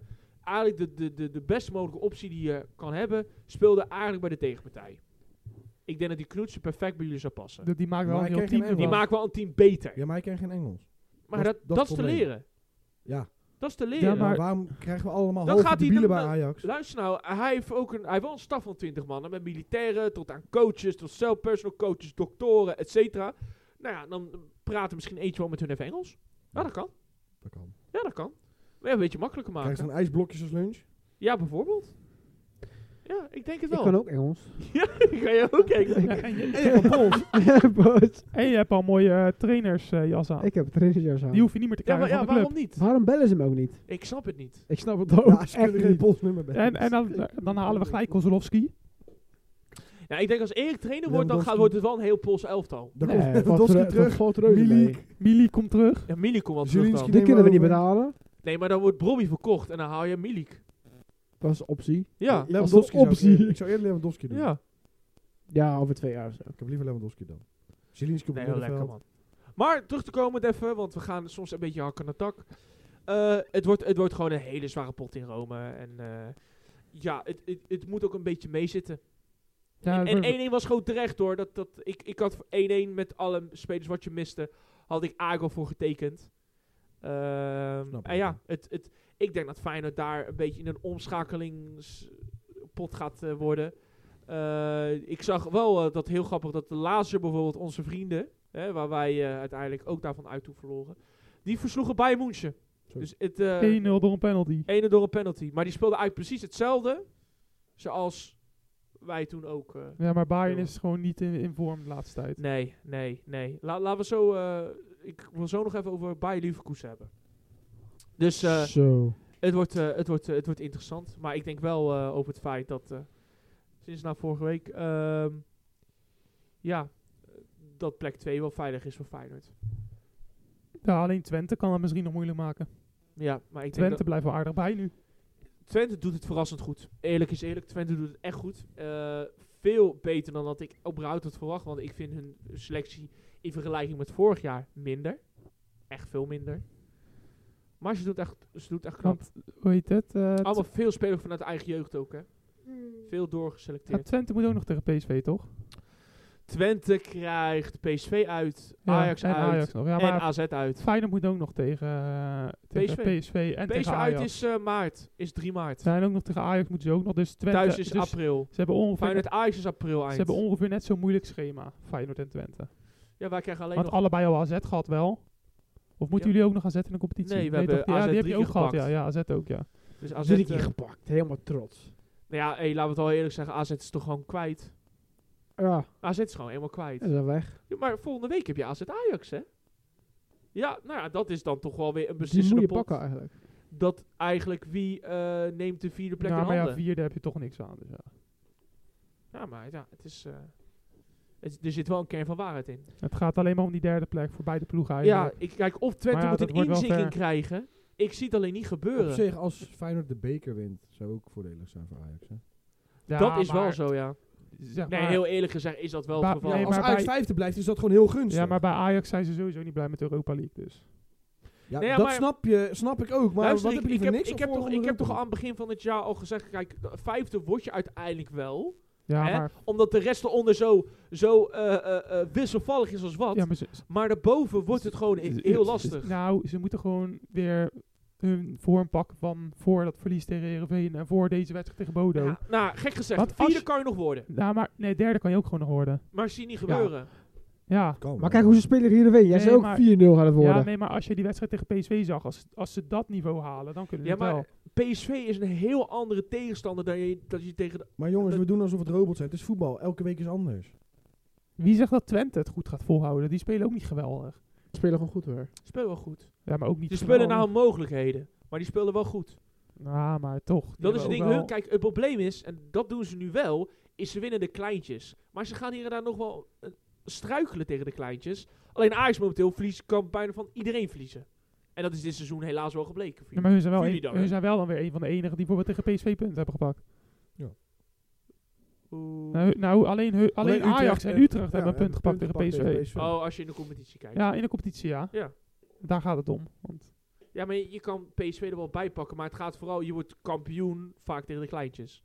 S1: Eigenlijk de, de, de, de best mogelijke optie die je kan hebben, speelde eigenlijk bij de tegenpartij. Ik denk dat die Knoetsen perfect bij jullie zou passen.
S3: Dat- Die maakt wel
S2: Maar
S3: een
S2: hij
S3: heel
S2: krijgt geen
S3: team ervan.
S2: euro.
S1: Die maken wel een team beter.
S2: Ja, maar hij kan geen Engels.
S1: maar dat,
S2: dat-
S1: dat,
S2: dat
S1: is te
S2: probleem.
S1: leren.
S2: Ja.
S1: Dat is te leren.
S3: maar-
S2: Maar waarom krijgen we allemaal
S1: Dan
S2: hoge
S1: gaat hij
S2: debielen
S1: dan-
S2: bij Ajax?
S1: Luister nou, hij heeft ook een, hij heeft wel een staf van 20 mannen. Met militairen, tot aan coaches, tot zelfpersonal coaches, doktoren, et cetera. Nou ja, dan praten misschien eentje wel met hun even Engels. Ja, dat kan.
S2: Dat kan.
S1: Ja, dat kan. Maar ja, een beetje makkelijker maken.
S2: Krijgen ze dan ijsblokjes als lunch?
S1: Ja, bijvoorbeeld. Ja, ik denk het
S4: Ik
S1: wel.
S4: kan ook Engels.
S1: Ga je ook kijken.
S3: Ja, en je-
S4: Boos.
S3: En je hebt al mooie eh, trainersjas aan.
S4: ik heb trainersjas aan.
S3: Die hoef je niet meer te
S1: Ja, maar
S3: krijgen
S1: ja,
S3: van de club.
S1: waarom niet?
S4: Waarom bellen ze hem ook niet?
S1: Ik snap het niet.
S4: Ik snap het ook
S2: Ja, ze
S4: echt
S2: kunnen geen
S4: niet.
S2: polsnummer bij.
S3: En, en dan, eh, dan halen we gelijk Kozolowski.
S1: Ja, ik denk als Erik trainer wordt, dan
S2: Lewandowski.
S1: gaat, wordt het wel een heel Pools elftal.
S2: Dan
S4: Nee,
S2: komt
S4: dat
S2: Lewandowski
S4: valt re- dat
S2: terug.
S4: valt reuze mee.
S2: Milik.
S3: Mili komt terug.
S1: Ja, Milik komt wel terug
S2: Zielinski
S1: dan.
S4: Die
S2: nemen
S4: kunnen we niet
S2: over.
S4: betalen.
S1: Nee, maar dan wordt Bobby verkocht en dan haal je Milik.
S4: Dat is een optie.
S1: Ja.
S2: Lewandowski
S4: Als
S2: zou
S4: optie.
S2: ik, eerder- ik zou eerder Lewandowski doen.
S1: Ja.
S4: Ja, over twee jaar of zo.
S2: Ik heb liever Lewandowski dan. Zielinski op
S1: Nee,
S2: het
S1: heel lekker
S2: middenveld.
S1: man. Maar terug te komen even, want we gaan soms een beetje hakken naar tak. Eh, het, wordt, het wordt gewoon een hele zware pot in Rome. En eh, ja, het, het, het moet ook een beetje meezitten.
S3: Ja, we-
S1: En 1-1 was gewoon terecht hoor. Dat, dat, ik, ik had voor 1-1 met alle spelers wat je miste, had ik Ago voor getekend. Ehm,
S2: Snap
S1: en
S2: ik.
S1: ja, het, het, ik denk dat Feyenoord daar een beetje in een omschakelingspot gaat eh, worden. Eh, ik zag wel eh, dat heel grappig dat de laatste bijvoorbeeld onze vrienden, hè, waar wij eh, uiteindelijk ook daarvan uit toe verloren, die versloegen Bayern München.
S2: Zo.
S1: Dus het, eh,
S3: 1-0 door een penalty.
S1: Ene door een penalty. Maar die speelde eigenlijk precies hetzelfde. Zoals wij toen ook. eh,
S3: Ja, maar Bayern is gewoon niet in, in vorm de laatste tijd.
S1: nee, nee, nee. La- laten we zo. eh, ik wil zo nog even over Bayer Leverkusen hebben. Dus eh,
S4: Zo.
S1: Het wordt, eh, het, wordt, eh, het wordt interessant. Maar ik denk wel eh, over het feit dat eh, sinds na vorige week, ehm, ja, dat plek 2 wel veilig is voor Feyenoord.
S3: Ja, alleen Twente kan het misschien nog moeilijk maken.
S1: Ja, maar ik denk
S3: Twente blijft wel aardig bij nu.
S1: Twente doet het verrassend goed. Eerlijk is eerlijk, Twente doet het echt goed. Eh, veel beter dan dat ik überhaupt had verwacht. Want ik vind hun selectie in vergelijking met vorig jaar minder. Echt veel minder. Maar ze doet echt, ze doet echt knap.
S3: Want, hoe heet het? Eh, Tw-
S1: Allemaal veel spelers vanuit eigen jeugd ook, hè. Veel
S3: ja,
S1: doorgeselecteerd.
S3: Twente moet ook nog tegen PSV, toch?
S1: Twente krijgt PSV uit,
S3: Ja,
S1: Ajax
S3: en
S1: uit
S3: Ajax nog. Ja,
S1: en
S3: maar
S1: AZ uit.
S3: Feyenoord moet ook nog tegen, eh, tegen
S1: PSV.
S3: PSV. en
S1: PSV
S3: tegen
S1: uit
S3: Ajax.
S1: is eh, maart, is 3 maart.
S3: Zijn ook nog tegen Ajax moeten ze ook nog. Dus Twente,
S1: Thuis is
S3: dus
S1: april.
S3: ze hebben ongeveer
S1: Feyenoord Ajax is april
S3: Ze
S1: eind.
S3: hebben ongeveer net zo'n moeilijk schema, Feyenoord en Twente.
S1: ja, wij krijgen alleen
S3: Want
S1: nog
S3: allebei al AZ gehad wel. Of moeten
S1: Ja.
S3: jullie ook nog AZ in de competitie?
S1: Nee, we hebben
S3: toch? Ja,
S1: AZ
S3: die heb
S1: drie
S3: je
S1: keer
S3: ook gehad. Ja,
S1: gepakt.
S3: ja, AZ ook, ja.
S1: dus AZ,
S4: Drie keer
S1: eh,
S4: gepakt. Helemaal trots.
S1: Nou ja, hey, laten we het wel eerlijk zeggen. AZ is toch gewoon kwijt.
S4: Ja,
S1: AZ is gewoon helemaal kwijt.
S4: is dan weg.
S1: Ja, maar volgende week heb je AZ Ajax, hè? Ja, nou ja, dat is dan toch wel weer een
S4: Die moet
S1: beslissende
S4: je
S1: pot.
S4: pakken eigenlijk.
S1: Dat eigenlijk wie eh, neemt de vierde plek
S3: Nou,
S1: in
S3: maar ja,
S1: handen? Ja,
S3: vierde heb je toch niks aan. Dus ja.
S1: maar ja, het is... eh, het, er zit wel een kern van waarheid in.
S3: Het gaat alleen maar om die derde plek voor beide ploegen
S1: Ja,
S3: eigenlijk.
S1: ik kijk of Twente
S3: Maar ja,
S1: moet
S3: dat
S1: een
S3: wordt wel
S1: inzinking
S3: ver.
S1: krijgen. Ik zie het alleen niet
S2: Op
S1: gebeuren.
S2: zich, als Feyenoord de beker wint, zou ook voordelig zijn voor Ajax. Hè?
S3: Ja,
S1: dat is wel
S3: maar-
S1: zo, ja.
S3: Zeg
S1: Nee,
S3: maar-
S1: heel eerlijk gezegd is dat wel
S3: Ba-
S1: het geval.
S3: nee,
S2: als
S3: maar
S2: Ajax
S3: bij-
S2: vijfde blijft, is dat gewoon heel gunstig.
S3: ja, maar bij Ajax zijn ze sowieso niet blij met de Europa League. Dus.
S2: Ja,
S1: Nee, ja,
S2: dat
S1: maar-
S2: snap, je, snap ik ook. Maar
S1: Luister,
S2: wat
S1: ik,
S2: heb je
S1: ik
S2: liever
S1: heb,
S2: niks
S1: ik
S2: of
S1: heb toch,
S2: volgende
S1: ik heb toch aan
S2: rugby?
S1: het begin van het jaar al gezegd, kijk, de vijfde word je uiteindelijk wel.
S3: Ja,
S1: Hè?
S3: maar,
S1: Omdat de rest eronder zo, zo eh, eh, eh, wisselvallig is als wat.
S3: ja, maar ze, ze-
S1: maar daarboven wordt het gewoon he- heel lastig.
S3: Nou, ze moeten gewoon weer hun vorm pakken van voor dat verlies tegen Heerenveen en voor deze wedstrijd tegen Bodo.
S1: Ja, nou, gek gezegd,
S3: Wat als
S1: vierde
S3: je-
S1: kan je nog worden.
S3: Nou, maar nee, derde kan je ook gewoon nog worden.
S1: Maar zie je niet gebeuren.
S3: Ja,
S2: Kan,
S4: Maar kijk hoe ze spelen hier de week. Jij
S3: Nee,
S4: zei ook
S3: maar-
S4: 4-0 gaat het worden.
S3: Ja, nee, maar als je die wedstrijd tegen PSV zag, als, als ze dat niveau halen, dan kunnen
S1: Ja,
S3: ze het wel.
S1: maar PSV is een heel andere tegenstander dan je, dat je tegen... de-
S2: Maar jongens, we doen alsof het robots zijn. Het is voetbal. Elke week is anders.
S3: Wie zegt dat Twente het goed gaat volhouden? Die spelen ook niet geweldig.
S4: Ze spelen gewoon goed hoor.
S1: Speel wel goed.
S3: Ja, maar ook niet
S1: Die spelen nou
S3: geweldig.
S1: mogelijkheden. Maar die spelen wel goed.
S3: Ja, maar toch. die
S1: Dat is het
S3: hebben
S1: ding.
S3: ook wel-
S1: Hun, kijk, het probleem is, en dat doen ze nu wel, is ze winnen de kleintjes. Maar ze gaan hier en daar nog wel eh, struikelen tegen de kleintjes. Alleen Ajax momenteel verlies, kan bijna van iedereen verliezen. En dat is dit seizoen helaas wel gebleken. voor
S3: Ja, maar hun zijn, wel
S1: Jullie
S3: een-
S1: dan,
S3: hun
S1: hè?
S3: zijn wel dan weer een van de enigen die bijvoorbeeld tegen PSV punten hebben gepakt.
S1: jullie.
S3: Nou, nou, alleen, hun- alleen,
S2: Utrecht
S3: Ajax en
S2: en-
S3: Utrecht
S2: ja,
S3: hebben een punt gepakt tegen PSV.
S1: Oh, als je in de competitie kijkt. Ja.
S3: Ja, in de competitie, ja.
S1: Ja.
S3: Daar gaat het om. Want,
S1: maar je je kan PSV er wel bij pakken. Maar het gaat vooral, je wordt kampioen vaak tegen de kleintjes.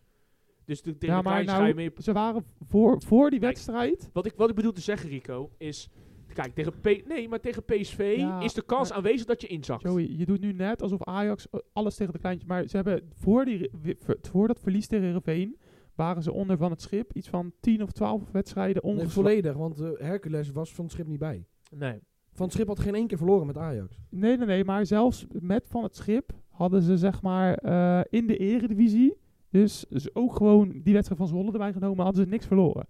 S1: Dus de- tegen de
S3: ja, maar
S1: kleintjes ga je
S3: nou,
S1: mee...
S3: ze waren voor, voor die
S1: Kijk,
S3: wedstrijd.
S1: Wat ik, wat ik bedoel te zeggen, Rico, is... Kijk, tegen, P nee, maar tegen PSV
S3: Ja,
S1: is de kans
S3: maar-
S1: aanwezig dat je inzakt.
S3: Joey, je doet nu net alsof Ajax eh, alles tegen de kleintje. Maar ze hebben voor, die, re- wi- ver- voor dat verlies tegen Heerenveen waren ze onder van het schip. Iets van 10 of 12 wedstrijden
S2: Oh, Nee,
S3: ongeslagen.
S2: volledig, want eh, Hercules was van het schip niet bij.
S1: Nee.
S2: Van het schip had geen één keer verloren met Ajax.
S3: Nee, nee, nee. Maar zelfs met van het schip hadden ze zeg maar eh, in de eredivisie... Dus, dus ook gewoon die wedstrijd van Zwolle erbij genomen, hadden ze niks verloren.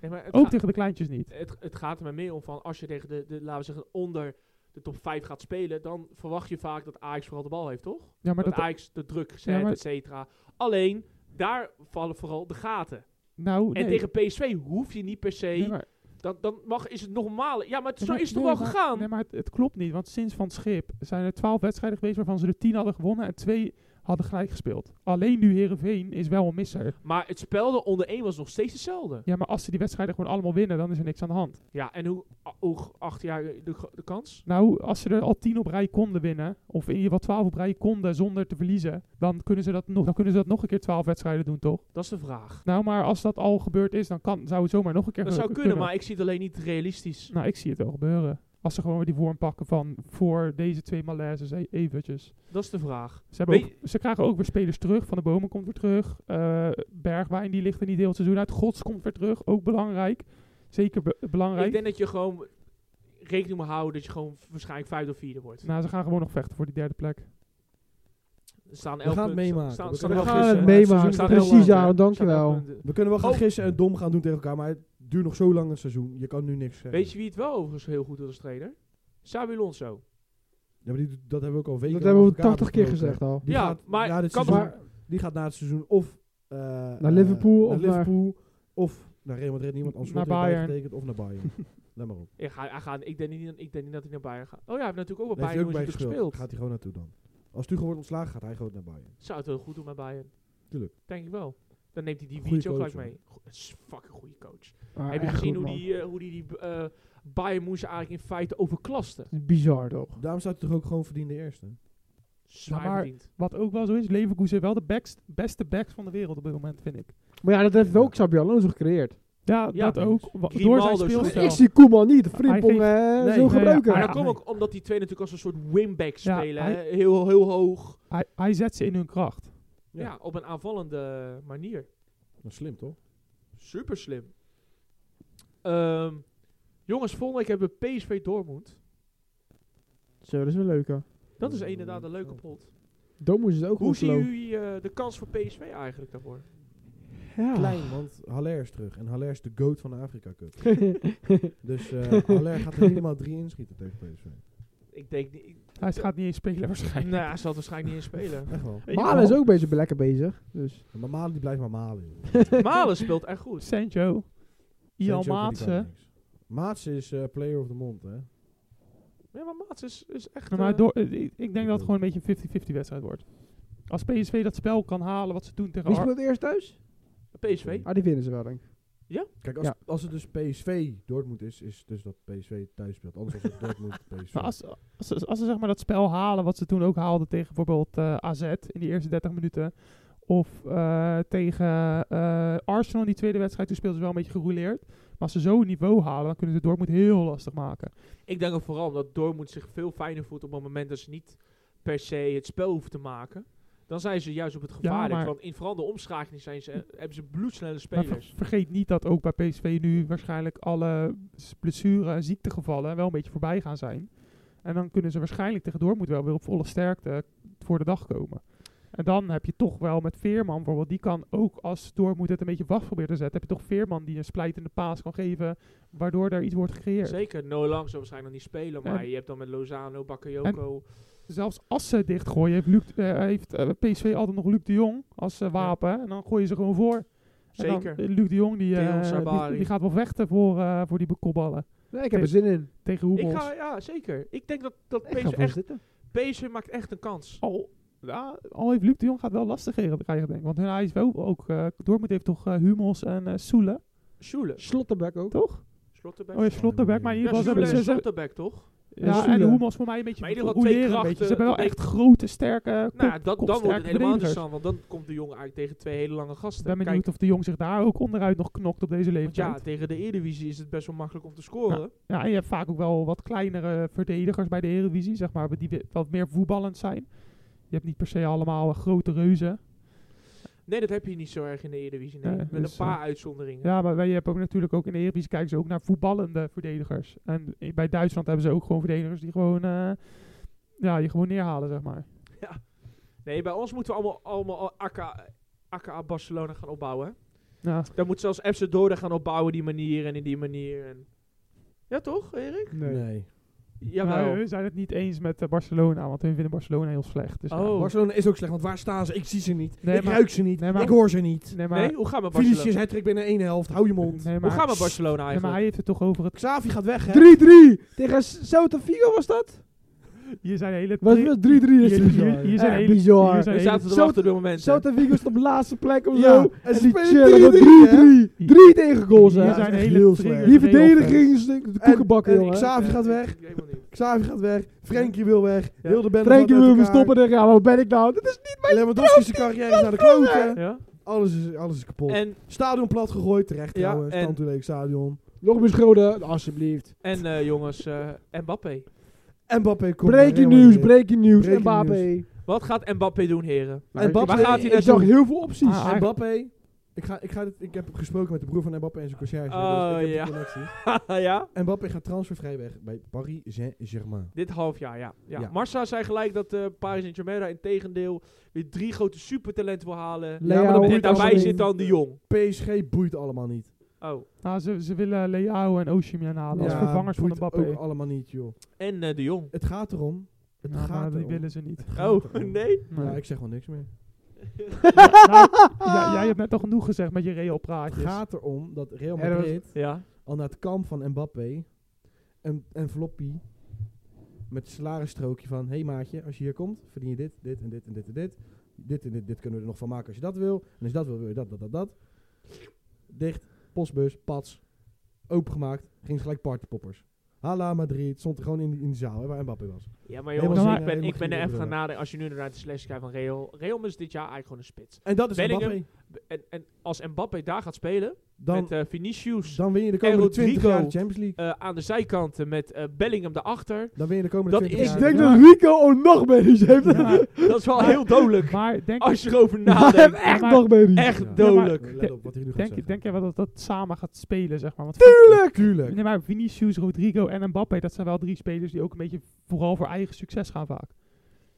S1: nee maar het
S3: ook
S1: gaat-
S3: tegen de kleintjes niet.
S1: het, het gaat er maar meer om van als je tegen de, de, laten we zeggen, onder de top 5 gaat spelen, dan verwacht je vaak dat Ajax vooral de bal heeft, toch?
S3: Ja, maar
S1: dat,
S3: dat,
S1: Ajax de druk zet,
S3: maar-
S1: et cetera. Alleen, daar vallen vooral de gaten.
S3: nou, nee.
S1: En tegen PSV hoef je niet per se,
S3: Nee, maar-
S1: dan, dan mag, is het normaal. Ja, maar het-
S3: Nee,
S1: zo
S3: maar-
S1: is het toch
S3: nee,
S1: wel
S3: maar-
S1: gegaan?
S3: Nee, maar het, het klopt niet. Want sinds Van Schip zijn er twaalf wedstrijden geweest waarvan ze er tien hadden gewonnen en twee hadden gelijk gespeeld. Alleen nu Herenveen is wel een misser.
S1: Maar het spel er onder één was nog steeds hetzelfde.
S3: Ja, maar als ze die wedstrijden gewoon allemaal winnen, dan is er niks aan de hand.
S1: Ja, en hoe, a- hoe acht jaar de, g- de kans?
S3: Nou, als ze er al tien op rij konden winnen, of in ieder geval twaalf op rij konden zonder te verliezen, dan kunnen ze dat nog, dan kunnen ze dat nog een keer twaalf wedstrijden doen, toch?
S1: Dat is de vraag.
S3: Nou, maar als dat al gebeurd is, dan kan, zou het zomaar nog een keer
S1: Dat zou
S3: ge-
S1: kunnen, maar ik zie het alleen niet realistisch.
S3: Nou, ik zie het wel gebeuren. Als ze gewoon weer die vorm pakken van voor deze twee malaises e- eventjes.
S1: Dat is de vraag.
S3: Ze, hebben
S1: Weet-
S3: ook, ze krijgen ook weer spelers terug. Van de Bomen komt weer terug. Eh, Bergwijn die ligt er niet heel het seizoen uit. Gods komt weer terug. Ook belangrijk. Zeker be- eh,
S1: Ik
S3: belangrijk.
S1: denk dat je gewoon rekening moet houden dat je gewoon waarschijnlijk vijfde of vierde wordt.
S3: Nou, ze gaan gewoon nog vechten voor die derde plek.
S1: Er staan
S2: We
S1: elf
S2: gaan het
S1: punten-
S2: meemaken.
S1: staan-
S2: We
S1: staan
S2: kunnen
S1: elf
S4: het
S1: punten.
S4: meemaken.
S1: Maar het seizoen staat
S4: Precies,
S1: heel lang,
S4: Aaron,
S1: hè.
S4: dankjewel.
S1: Staan elf punten.
S2: We kunnen wel gaan
S1: Oh.
S2: gissen en dom gaan doen tegen elkaar, maar het duurt nog zo lang een seizoen. Je kan nu niks zeggen.
S1: Weet je wie het wel overigens heel goed doet als trainer? Sabi Alonso.
S2: maar die, doet- dat hebben we ook al weken
S4: Dat
S2: lang
S4: hebben we
S2: met elkaar
S4: 80 keer
S2: besproken.
S4: gezegd al.
S2: Die
S1: Ja,
S2: gaat
S1: maar
S2: na dit
S1: kan
S2: seizoen-
S4: maar-
S2: die gaat na het seizoen of eh, eh,
S4: Liverpool
S2: naar
S4: of naar-
S2: Liverpool of naar Real Madrid. Niemand anders
S3: Naar
S2: wordt erbij
S3: Bayern.
S2: getekend of naar Bayern. Let maar op.
S1: Ik, ga, hij gaat- ik, denk niet, ik denk niet dat hij naar Bayern gaat. Oh ja, hij heeft natuurlijk ook
S2: Daar
S1: bij
S2: heeft hij
S1: Bayern
S2: ook bij
S1: natuurlijk
S2: gespeeld.
S1: gespeeld.
S2: Gaat hij gewoon naartoe dan? Als Tuchel wordt ontslagen, gaat hij gewoon naar Bayern.
S1: Zou het heel goed doen met Bayern.
S2: Tuurlijk.
S1: Denk ik wel. Dan neemt hij die
S2: Goeie
S1: Vietje ook
S2: coach,
S1: gelijk mee. Go- Dat is een fucking goede coach.
S4: Ah,
S1: Heb je
S4: echt
S1: gezien
S4: goed,
S1: hoe
S4: man.
S1: die, eh, hoe die, die eh, Bayern moest eigenlijk in feite overklaste?
S4: Dat is Bizar toch?
S2: Daarom staat hij toch ook gewoon verdiende eerste.
S1: Zwaar
S3: maar-
S1: verdiend.
S3: Wat ook wel zo is, Leverkusen heeft wel de backs, beste backs van de wereld op dit moment, vind ik.
S4: Maar ja, dat heeft ook Xabi Alonso gecreëerd.
S3: Ja,
S1: Ja,
S3: dat ook. Wa- Door
S1: Grimaldo
S3: zijn
S1: is goed.
S3: speelstijl.
S4: Ik zie Koeman niet.
S3: geeft-
S4: Frimpong eh,
S2: Nee,
S4: zo
S2: nee,
S4: gebruiken.
S1: Maar
S3: ja,
S1: dat komt ook omdat die twee natuurlijk als een soort wingback
S3: Ja,
S1: spelen.
S3: hij-
S1: hè. heel, heel hoog.
S3: Hij, hij zet ze in hun kracht.
S1: Ja.
S2: Ja.
S1: op een aanvallende manier.
S2: Dat is slim, toch?
S1: Super slim. Ehm, jongens, volgende week hebben we PSV Dortmund.
S4: Zo, dat is wel leuke.
S1: Dat is inderdaad een leuke pot.
S4: Domo is het ook
S1: Hoe zien
S4: ongelooflijk.
S1: jullie eh, de kans voor PSV eigenlijk daarvoor?
S4: Ja.
S2: Klein, want Haller is terug. En Haller is de goat van de Afrika Cup. Dus eh Haller gaat er minimaal drie inschieten tegen PSV.
S1: Ik denk niet. ik-
S3: Hij gaat niet eens spelen waarschijnlijk.
S1: Nou, hij zal het waarschijnlijk niet in spelen.
S2: Echt wel.
S4: Malen is ook bezig, lekker bezig. Dus.
S2: Maar Malen die blijft maar malen. joh.
S1: Malen speelt echt goed.
S3: Sancho. Ian
S2: Sancho kan die
S3: Maatsen.
S2: kwijt niks. Maatsen is eh, player of the month, hè?
S1: Ja, maar Maats is, is echt...
S3: Nou, maar
S1: eh,
S3: door, eh, ik ik denk dat het gewoon een beetje een 50-50 wedstrijd wordt. Als PSV dat spel kan halen wat ze doen tegen
S4: Wie
S3: Ar-
S4: speelt eerst thuis?
S1: PSV.
S4: Ah, die winnen ze wel, denk ik.
S2: Kijk, als,
S4: Ja.
S2: als het dus PSV Dortmund is, is dus dat PSV thuis speelt. Anders was het Dortmund PSV.
S3: Maar als, als, als, als ze zeg maar dat spel halen wat ze toen ook haalden tegen bijvoorbeeld eh, AZ in die eerste 30 minuten. Of eh, tegen eh, Arsenal in die tweede wedstrijd. Toen speelden ze wel een beetje gerouleerd. Maar als ze zo een niveau halen, dan kunnen ze Dortmund heel lastig maken.
S1: Ik denk ook vooral omdat Dortmund zich veel fijner voelt op het moment dat ze niet per se het spel hoeven te maken. Dan zijn ze juist op het gevaarlijk.
S3: maar- Mm.
S1: want in vooral de omschakeling zijn ze, hebben ze bloedsnelle
S3: Maar ver-
S1: spelers.
S3: vergeet niet dat ook bij PSV nu waarschijnlijk alle s- blessure en ziektegevallen wel een beetje voorbij gaan zijn. En dan kunnen ze waarschijnlijk tegen Dortmund wel weer op volle sterkte voor de dag komen. En dan heb je toch wel met Veerman bijvoorbeeld, die kan ook als Dortmund het een beetje vast probeert te zetten, heb je toch Veerman die een splijtende paas kan geven, waardoor daar iets wordt gecreëerd.
S1: Zeker, no lang zou waarschijnlijk nog niet spelen. Maar
S3: En-
S1: je hebt dan met Lozano, Bakayoko.
S3: Zelfs als ze dichtgooien, heeft, Luc, eh, heeft eh, PSV altijd nog Luc de Jong als eh, wapen. En dan gooien ze gewoon voor. En dan,
S1: Zeker.
S3: eh, Luc de Jong die, eh,
S1: Theo Sabari.
S3: die, die gaat wel vechten voor, eh, voor die kopballen.
S4: Nee, ik heb er zin in.
S3: tegen
S1: Ik
S3: Hummels.
S1: ga, ja, zeker. Ik denk dat, dat
S4: Ik ga
S1: PSV,
S4: vast
S1: echt,
S4: zitten.
S1: PSV maakt echt een kans.
S3: al, ja, al heeft Luc de Jong gaat wel lastig krijgen, denk ik. Want hun- hij is wel ook... eh Dortmund heeft toch eh, Hummels en eh Soele,
S1: Schule.
S4: Slotterback ook.
S3: toch?
S1: Slotterbeck.
S3: Oh ja, Slotterbeck, maar in
S1: ja,
S3: ieder geval... ze
S1: Schule
S3: hebben-
S1: en
S3: ze- ze-
S1: Slotterbeck, toch?
S3: ja,
S4: Soele.
S3: en Hummels voor mij een beetje
S1: Maar in ieder geval twee
S3: rouleren een
S1: krachten,
S3: beetje. Ze hebben wel
S1: dat
S3: echt grote, sterke
S1: Nou, ja, dat,
S3: kop-
S1: dan wordt het
S3: kopsterke
S1: helemaal
S3: verdedigers.
S1: interessant. Want dan komt de jongen eigenlijk tegen twee hele lange
S3: Ik
S1: gasten.
S3: ben
S1: Kijk,
S3: benieuwd of de Jong zich daar ook onderuit nog knokt op deze
S1: Want ja,
S3: leeftijd.
S1: tegen de Eredivisie is het best wel makkelijk om te scoren.
S3: Ja, en je hebt vaak ook wel wat kleinere verdedigers bij de Eredivisie, zeg maar, die we- wat meer voetballend zijn. Je hebt niet per se allemaal eh, grote reuzen.
S1: Nee, dat heb je niet zo erg in de Eredivisie. Nee.
S3: Nee,
S1: Met
S3: dus,
S1: een paar uitzonderingen.
S3: Ja, maar wij hebben ook natuurlijk ook in de Eredivisie kijken ze ook naar voetballende verdedigers. En i- bij Duitsland hebben ze ook gewoon verdedigers die gewoon, eh, ja, je gewoon neerhalen, zeg maar.
S1: Nee, bij ons moeten we allemaal, allemaal AKA, AKA Barcelona gaan opbouwen. hè.
S3: Ja,
S1: Daar moet zelfs FC Dordrecht gaan opbouwen, die manier en in die manier. En... Ja, toch, Erik?
S2: Nee.
S1: Jawel.
S3: Maar we zijn het niet eens met eh, Barcelona, want hun vinden Barcelona heel slecht. Dus ja.
S1: Oh.
S2: Barcelona is ook slecht, want waar staan ze? Ik zie ze niet.
S3: Nee,
S2: ik
S3: maar-
S2: ruik ze niet.
S3: nee, maar-
S2: ik hoor ze niet.
S3: Nee, maar,
S1: nee, hoe gaan we Barcelona?
S2: Vinicius hattrick binnen één helft. Hou je mond.
S3: nee,
S1: Hoe
S3: maar,
S1: gaan we Barcelona
S3: nee, maar
S1: eigenlijk?
S3: hij heeft het toch over het...
S2: Xavi gaat weg, hè?
S4: 3-3 tegen S- Celta Vigo was dat?
S3: Je zijn hele...
S4: Was was 3-3 is
S3: Hier-
S4: het bizar.
S3: hier- hier zijn
S4: Echt
S3: hele-
S4: bizar.
S3: hier zijn
S1: we zaten te
S4: Zo-
S1: wachten door momenten.
S4: Celta Vigo is op de laatste plek of
S2: Ja,
S4: zo.
S2: en
S4: En
S2: ze
S4: die
S2: spelen
S4: chillen met
S2: 3-3,
S4: 3-3. Drie tegengoals,
S3: Hier
S2: Ja,
S4: hè?
S2: dat
S3: zijn
S2: is echt
S3: hele
S2: heel
S3: triggers
S2: slecht.
S3: in
S4: Die
S3: de
S4: verdediging is de de
S2: En-
S4: koekenbakken,
S2: en
S4: jongen. hè.
S2: Xavi gaat weg.
S1: Ik weet het niet.
S2: Xavi gaat weg. Frenkie wil weg. Heel de bende
S4: Frenkie
S2: valt uit
S4: wil me
S2: elkaar.
S4: stoppen en gaan. Waar ben ik nou? Dit is
S2: Lewandowski zijn carrière is naar de kloten.
S1: Ja?
S2: Alles is, alles is kapot.
S1: En,
S2: Stadion plat gegooid. Terecht
S1: Ja,
S2: trouwens.
S1: en-
S2: Standtoeleek stadion.
S4: nog meer schulden. Alsjeblieft.
S1: en eh, jongens, eh Mbappé.
S2: Mbappé komt.
S4: Breaking
S2: helemaal
S4: nieuws,
S2: niet in.
S4: breaking nieuws.
S2: Breaking
S4: Mbappé.
S1: Wat gaat Mbappé doen, heren?
S2: En Mbappé-
S1: Waar gaat hij
S4: Ik zag
S1: naartoe?
S4: heel veel opties.
S3: Ah, hij-
S2: Mbappé. Ik, ga, ik, ga dit, ik heb gesproken met de broer van Mbappé en zijn conciërge.
S1: Oh,
S2: dus ik heb
S1: ja.
S2: die connectie.
S1: ja?
S2: Mbappé gaat transfervrij weg bij Paris Saint-Germain.
S1: Dit half jaar, ja. ja.
S2: Ja.
S1: Marsa zei gelijk dat eh Paris Saint-Germain daar in tegendeel weer drie grote supertalenten wil halen.
S2: maar
S4: Leao,
S2: dan moet Nou, je
S1: en
S2: het allemaal
S1: daarbij
S2: niet.
S1: zit dan de Jong.
S2: PSG boeit allemaal niet.
S1: Oh,
S3: Nou, ze, ze willen Leao en Osimhen halen als vervangers van
S2: boeit
S3: Mbappé.
S2: ook allemaal niet, joh.
S1: en eh, de Jong.
S2: Het gaat erom oh, Het
S3: Ja, Nou, maar
S2: gaat
S3: die
S2: erom.
S3: willen ze niet.
S2: gaat
S1: Oh,
S2: erom.
S1: nee?
S3: Nee.
S2: Ja, ik zeg wel niks meer.
S3: Nou, jij- jij hebt net al genoeg gezegd met je real
S2: Het
S3: praatjes.
S2: gaat erom dat Real
S4: Ja, dat was-
S2: Madrid
S1: Ja.
S2: al naar het kamp van Mbappé een enveloppie met een salarisstrookje van... Hé hey maatje, als je hier komt, verdien je dit, dit en dit en dit en dit. Dit en dit, dit kunnen we er nog van maken als je dat wil. En als je dat wil, wil je dat, dat, dat, dat. Dicht, postbus, pats, opengemaakt. Ging ze gelijk partypoppers. Hala Madrid, stond er gewoon in, die- in de zaal hè, waar Mbappé was.
S1: Ja, maar
S2: Helemaal
S1: jongens,
S3: zingen,
S1: ik ben,
S2: helemaal
S1: ik ben er
S2: geen
S1: even gaan
S2: opdruk.
S1: nadenken. Als je nu inderdaad de slash kijkt van Real. Real is dit jaar eigenlijk gewoon een spits.
S2: En dat is
S1: Bellingham,
S2: Mbappé.
S1: En, en als Mbappé daar gaat spelen,
S2: Dan,
S1: met eh, Vinicius
S2: dan win je de
S1: en
S2: komende 20 jaar de
S1: Rodrigo.
S2: Champions League.
S1: eh, aan de zijkanten met eh, Bellingham daarachter.
S2: Dan win je de komende
S1: dat
S2: 20
S1: is-
S2: jaar.
S4: Ik denk
S2: de-
S4: dat Rico ook nachtmerries heeft.
S3: Ja,
S1: Dat is wel heel dodelijk.
S3: maar denk,
S1: Als je erover
S4: Hij heeft
S1: nadenkt.
S4: echt
S3: maar-
S4: nachtmerries.
S1: Echt
S2: maar-
S1: dodelijk.
S2: Let op wat hij nu gaat
S3: denk,
S2: zeggen.
S3: denk jij wel dat dat samen gaat spelen, zeg maar? Want
S2: Tuurlijk! Tuurlijk.
S3: Nee, maar Vinicius, Rodrigo en Mbappé, dat zijn wel drie spelers die ook een beetje vooral voor eigen succes gaan vaak.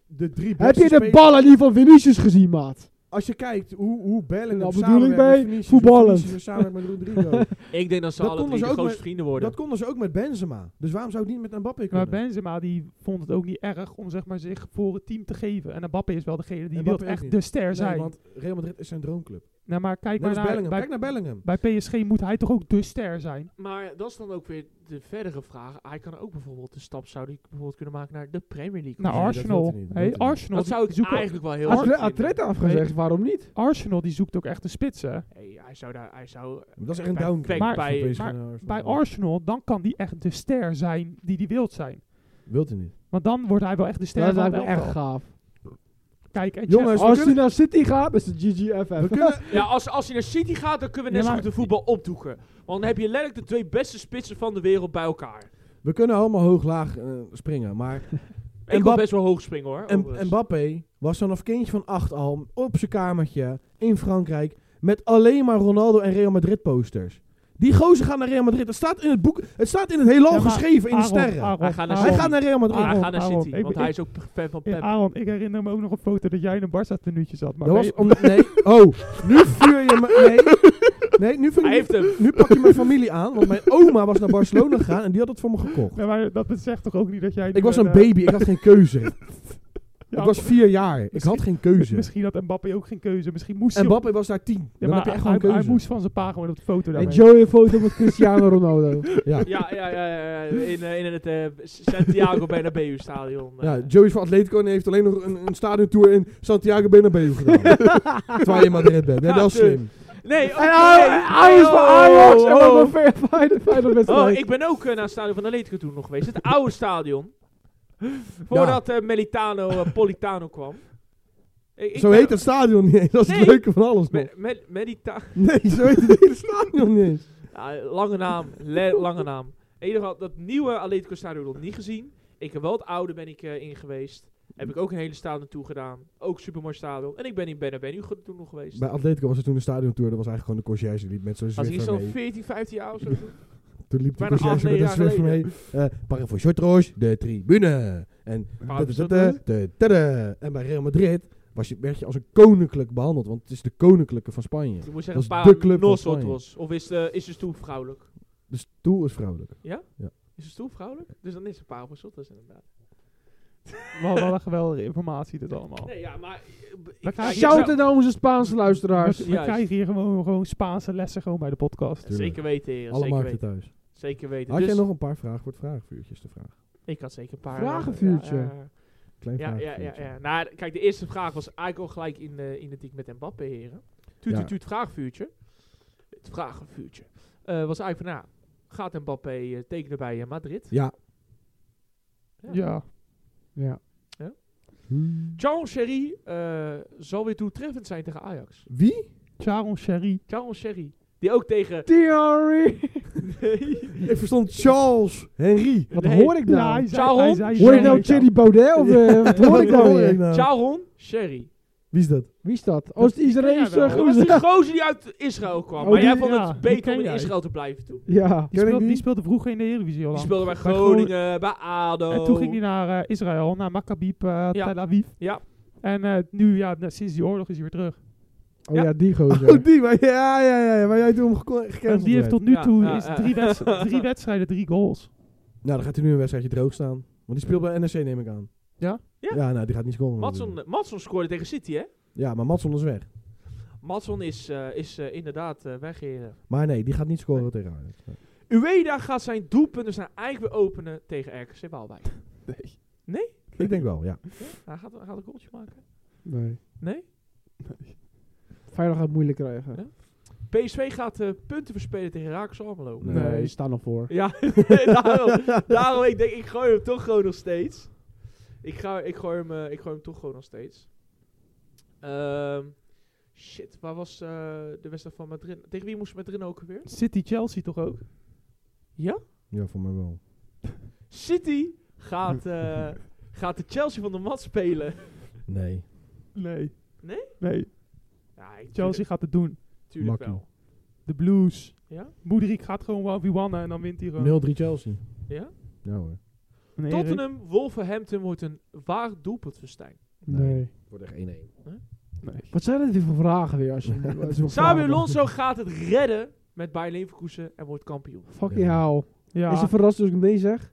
S2: De drie
S4: Heb
S2: beste
S4: je de
S2: spelers-
S4: ballen die van Vinicius gezien, maat?
S2: Als je kijkt hoe, hoe Bellingham
S4: Nou,
S2: samen
S4: bedoel ik bij
S2: met Vinicius,
S4: voetballend.
S2: Vinicius samen met Rodrigo.
S1: Ik denk dat ze
S2: Dat
S1: alle drie
S2: konden ze
S1: de
S2: ook
S1: grootste
S2: met-
S1: vrienden worden.
S2: dat konden ze ook met Benzema. Dus waarom zou het niet met Mbappé
S3: Maar
S2: kunnen?
S3: Benzema die vond het ook niet erg om zeg maar, zich voor het team te geven. En Mbappé is wel degene die
S2: Mbappé
S3: wil
S2: ook
S3: echt
S2: niet.
S3: de ster zijn.
S2: nee, want Real Madrid is zijn droomclub.
S3: nou, maar kijk
S2: Net als
S3: maar naar,
S2: Bellingham.
S3: bij,
S2: Kijk naar Bellingham.
S3: bij PSG moet hij toch ook de ster zijn?
S1: Maar dat is dan ook weer de verdere vraag. Hij kan ook bijvoorbeeld de stap zou die bijvoorbeeld kunnen maken naar de Premier League.
S3: Nou,
S2: Nee, dat
S3: Arsenal.
S2: wil hij niet, dat
S3: Hey,
S2: wil hij niet.
S3: Arsenal,
S1: dat
S3: die
S1: zou ik
S3: zoeken-
S1: eigenlijk wel heel
S4: Als
S1: erg
S4: we
S1: vinden.
S4: Atleta afgezegd, waarom niet?
S3: Arsenal die zoekt ook echt een spits, hè?
S1: Hey, hij zou daar, hij zou
S2: Maar Dat is echt een
S1: Bij-
S2: downgrade.
S1: bij-
S2: voor
S1: bij-
S2: PSG
S3: maar-
S2: en Arsenal.
S3: Bij Arsenal, dan kan die echt de ster zijn die die wilt zijn.
S2: Wilt hij niet.
S3: Want dan wordt hij wel echt de ster
S4: Dat
S3: van
S4: lijkt
S3: het
S4: me echt
S3: elftal.
S4: gaaf.
S3: Kijk, en
S2: Jongens,
S3: Chelsea-
S2: we
S4: Als hij
S2: kunnen-
S4: naar City gaat, is het GGFF.
S2: We kunnen,
S1: Ja, als, als hij naar City gaat, dan kunnen we net
S3: Ja,
S1: zo
S3: maar-
S1: goed de voetbal opdoeken. Want dan heb je letterlijk de twee beste spitsen van de wereld bij elkaar.
S2: we kunnen allemaal hoog-laag eh, springen. Maar
S1: Ik wil
S2: Mbappé-
S1: best wel hoog springen hoor.
S2: En
S1: overigens.
S2: Mbappé was vanaf kindje van acht al op zijn kamertje in Frankrijk met alleen maar Ronaldo en Real Madrid posters. Die gozer gaat naar Real Madrid. Dat staat in het boek. Het staat in het heelal
S3: Ja, maar
S2: geschreven in de
S3: Aaron,
S2: sterren.
S3: Aaron,
S1: Hij gaat naar
S2: Hij
S3: Aaron.
S2: gaat naar Real Madrid.
S1: Maar Ah, hij gaat
S3: Aaron,
S1: naar
S3: Aaron.
S1: City,
S3: Ik-
S1: want
S3: ik-
S1: hij is ook fan van
S3: Hey,
S1: Pep.
S3: Aaron, ik herinner me ook nog een foto dat jij in een Barca tenuutje zat. Maar
S2: Dat
S3: ben
S2: was om, nee, oh, nu vuur je me. Nee, nee nu, vind,
S1: Hij
S2: ik-
S1: heeft hem.
S2: nu pak je mijn familie aan. Want mijn oma was naar Barcelona gegaan en die had het voor me gekocht.
S3: Nee, maar dat zegt toch ook niet dat jij... nu
S2: Ik was een
S3: eh,
S2: baby, ik had geen keuze.
S3: ja,
S2: ik was vier jaar, ik had geen keuze.
S3: Misschien had Mbappé ook geen keuze. Misschien moest
S2: En
S3: hij... op-
S2: Mbappé was daar tien.
S3: Ja,
S2: Dan
S3: maar
S2: heb je echt
S3: hij,
S2: gewoon keuze.
S3: hij moest van zijn pa gewoon op de foto
S4: En
S3: daarmee.
S4: Joey een foto met Cristiano Ronaldo.
S2: ja.
S1: Ja, ja, ja, ja, ja, in, eh, in het eh, Santiago Bernabeu stadion. eh.
S2: Ja, Joey is van Atletico en heeft alleen nog een, een stadiontour in Santiago Bernabeu gedaan. Terwijl je in Madrid bent. Nee,
S1: Ja,
S2: dat is slim.
S1: Nee, oké.
S4: En Ajax van
S1: Oh,
S4: Ajax. En
S1: oh,
S4: dan ver fijne fijne
S1: Oh,
S4: wedstrijd.
S1: ik ben ook eh, naar het stadion van Atletico toen nog geweest. Het oude stadion. Voordat eh, Melitano, eh, Politano kwam. Ik- ik
S2: Zo
S1: ben-
S2: heet het stadion niet eens. Dat is
S1: Nee.
S2: het leuke van alles nog.
S1: Me- Me- Melita
S2: Nee, zo heet het hele stadion niet eens.
S1: Ja, lange naam, le- lange naam. In ieder geval, dat nieuwe Atletico Stadion nog niet gezien. Ik heb wel het oude ben ik eh, in geweest. Heb ik ook een hele stadion toe gedaan. Ook supermooi stadion. En ik ben in Benabenu ge- toen nog geweest.
S2: Bij Atletico was er toen een stadiontour. Dat was eigenlijk gewoon de conciërge die liep met zo'n
S1: Als ik
S2: Zwiffer
S1: zo'n
S2: mee.
S1: 14, 15 jaar of zo.
S2: Toen liep de
S1: bijna acht,
S2: conciërge met een
S1: negen jaar
S2: Zwiffer mee. Eh para voor Chartreuse, de tribune. En,
S1: Maar
S2: tada, tada,
S1: eh,
S2: tada. en bij Real Madrid was je, werd je als een koninklijk behandeld. Want het is de koninklijke van Spanje.
S1: Ik moet zeggen,
S2: Dat is de
S1: paar
S2: club van
S1: nosotros. Of is de, is de stoel vrouwelijk?
S2: De stoel is vrouwelijk.
S1: Is de stoel vrouwelijk? Dus dan is het paar nosotros inderdaad.
S2: eh,
S3: Wel, wel een geweldige informatie dit allemaal.
S1: Nee, ja, maar... eh, b-
S3: Maar
S1: Ik, ja,
S3: kijk,
S1: ik
S4: Shout
S1: zou-
S4: het naar onze Spaanse
S3: We,
S4: luisteraars.
S3: we
S1: Juist.
S3: krijgen hier gewoon, gewoon Spaanse lessen gewoon bij de podcast.
S1: Zeker weten, heren.
S2: Alle
S1: Zeker
S2: markten
S1: weten.
S2: thuis.
S1: Zeker weten.
S2: Had
S1: Dus
S2: jij nog een paar vragen voor het vragenvuurtjes te vragen?
S1: Ik had zeker een paar... eh,
S4: Vragenvuurtje.
S1: ja, ja, ja.
S2: Klein
S1: Ja, ja, ja,
S2: vragenvuurtje.
S1: ja. Nou, d- kijk, de eerste vraag was eigenlijk al gelijk in, eh, in de dik met Mbappé, heren. Tuut,
S2: Ja.
S1: tuut, tuut, vraagvuurtje. Het vraagvuurtje. Eh, was eigenlijk van, nou, gaat Mbappé eh, tekenen bij eh, Madrid?
S2: Ja,
S3: Ja.
S4: Ja.
S1: Ja. Charles Sherry eh, zal weer doeltreffend zijn tegen Ajax.
S2: Wie?
S3: Charon Sherry.
S1: Charles Sherry, die ook tegen...
S4: Theory.
S2: Ik verstond Charles Henry.
S4: Wat
S1: Nee.
S4: hoor ik
S3: Ja,
S4: nou?
S3: hij zei-
S1: Charon?
S3: hij zei
S4: Hoor ik
S3: Sherry.
S4: nou Thierry Baudet? Of eh, wat hoor ik nou weer?
S1: Charon Sherry.
S2: Wie is dat?
S4: Wie is dat? Oh, is het Israëlische
S3: Ja, wel.
S1: Dat was die
S4: gozer?
S1: gozer die uit Israël kwam.
S3: Oh,
S1: maar
S3: die-
S1: jij vond
S3: ja,
S1: het
S3: die
S1: beter
S3: ken
S1: om in
S3: jij.
S1: Israël te blijven toen.
S4: Ja.
S3: Die,
S2: Ken ik
S3: speelde- die
S2: die?
S3: speelde vroeger in de Eredivisie al
S1: Die
S3: lang.
S1: speelde bij
S3: Bij Groningen.
S1: Groningen, bij ADO.
S3: En toen ging hij naar eh, Israël, naar Maccabi eh,
S1: Ja.
S3: Tel Aviv.
S1: Ja.
S3: En eh, nu, ja, na- sinds die oorlog is hij weer terug.
S4: Oh
S1: Ja.
S4: ja, die gozer.
S2: Oh, die. Waar, ja, ja, ja. Waar jij toen om geko-
S3: En
S2: gecanceld
S3: die heeft
S2: werd.
S3: tot nu
S1: Ja,
S3: toe
S1: ja,
S3: is
S1: ja.
S3: drie, wedst- drie wedstrijden, drie goals.
S2: Nou, dan gaat hij nu een wedstrijdje droog staan. Want die speelt bij NEC, neem ik aan.
S3: Ja?
S1: Ja.
S2: Ja, nou, die gaat niet scoren.
S1: Matson,
S2: natuurlijk.
S1: Matson scoorde tegen City, hè?
S2: Ja, maar Matson is weg.
S1: Matson is, eh, is eh, inderdaad eh weg hier.
S2: Maar nee, die gaat niet scoren tegen Ajax. Nee.
S1: Ueda gaat zijn doelpunt dus naar eigen weer openen tegen RKC Waalwijk.
S3: Nee.
S2: Ik denk wel, ja.
S1: Ja, hij gaat, hij gaat een goaltje maken.
S4: Nee.
S1: Nee?
S4: Feyenoord gaat het moeilijk krijgen.
S1: Ja? PSV gaat eh, punten verspelen tegen Raakers Almelo.
S2: Nee.
S4: Nee, die staan nog voor.
S1: Ja, daarom, daarom ik denk ik gooi hem toch gewoon nog steeds. Ik, ga, ik, gooi, hem, eh, ik gooi hem toch gewoon nog steeds. Ehm, shit, waar was eh, de wedstrijd van Madrid? Tegen wie moest Madrid ook weer?
S3: City Chelsea toch ook?
S2: Ja, voor mij wel.
S1: City gaat, eh, gaat de Chelsea van de mat spelen.
S2: Nee,
S3: Nee.
S1: Nee?
S3: Nee.
S1: Ja, ik-
S3: Chelsea gaat het doen.
S1: tuurlijk, tuurlijk
S2: makkie.
S1: wel.
S3: De Blues.
S1: Ja?
S3: Moederik gaat gewoon 1v1 en dan wint hij gewoon.
S2: 0-3 Chelsea.
S1: Ja?
S2: Ja hoor.
S3: Nee,
S1: Tottenham, Wolverhampton wordt een waar doelpuntverstijn.
S2: Nee.
S4: Nee.
S2: Wordt echt 1-1.
S3: Nee.
S4: Wat zijn dit voor vragen weer? Als je, als je
S1: Samuel Alonso gaat het redden met Bayer Leverkusen en wordt kampioen.
S4: Fucking
S2: Ja.
S4: hell.
S3: Ja.
S4: Is het verrassend als ik nee dus zeg?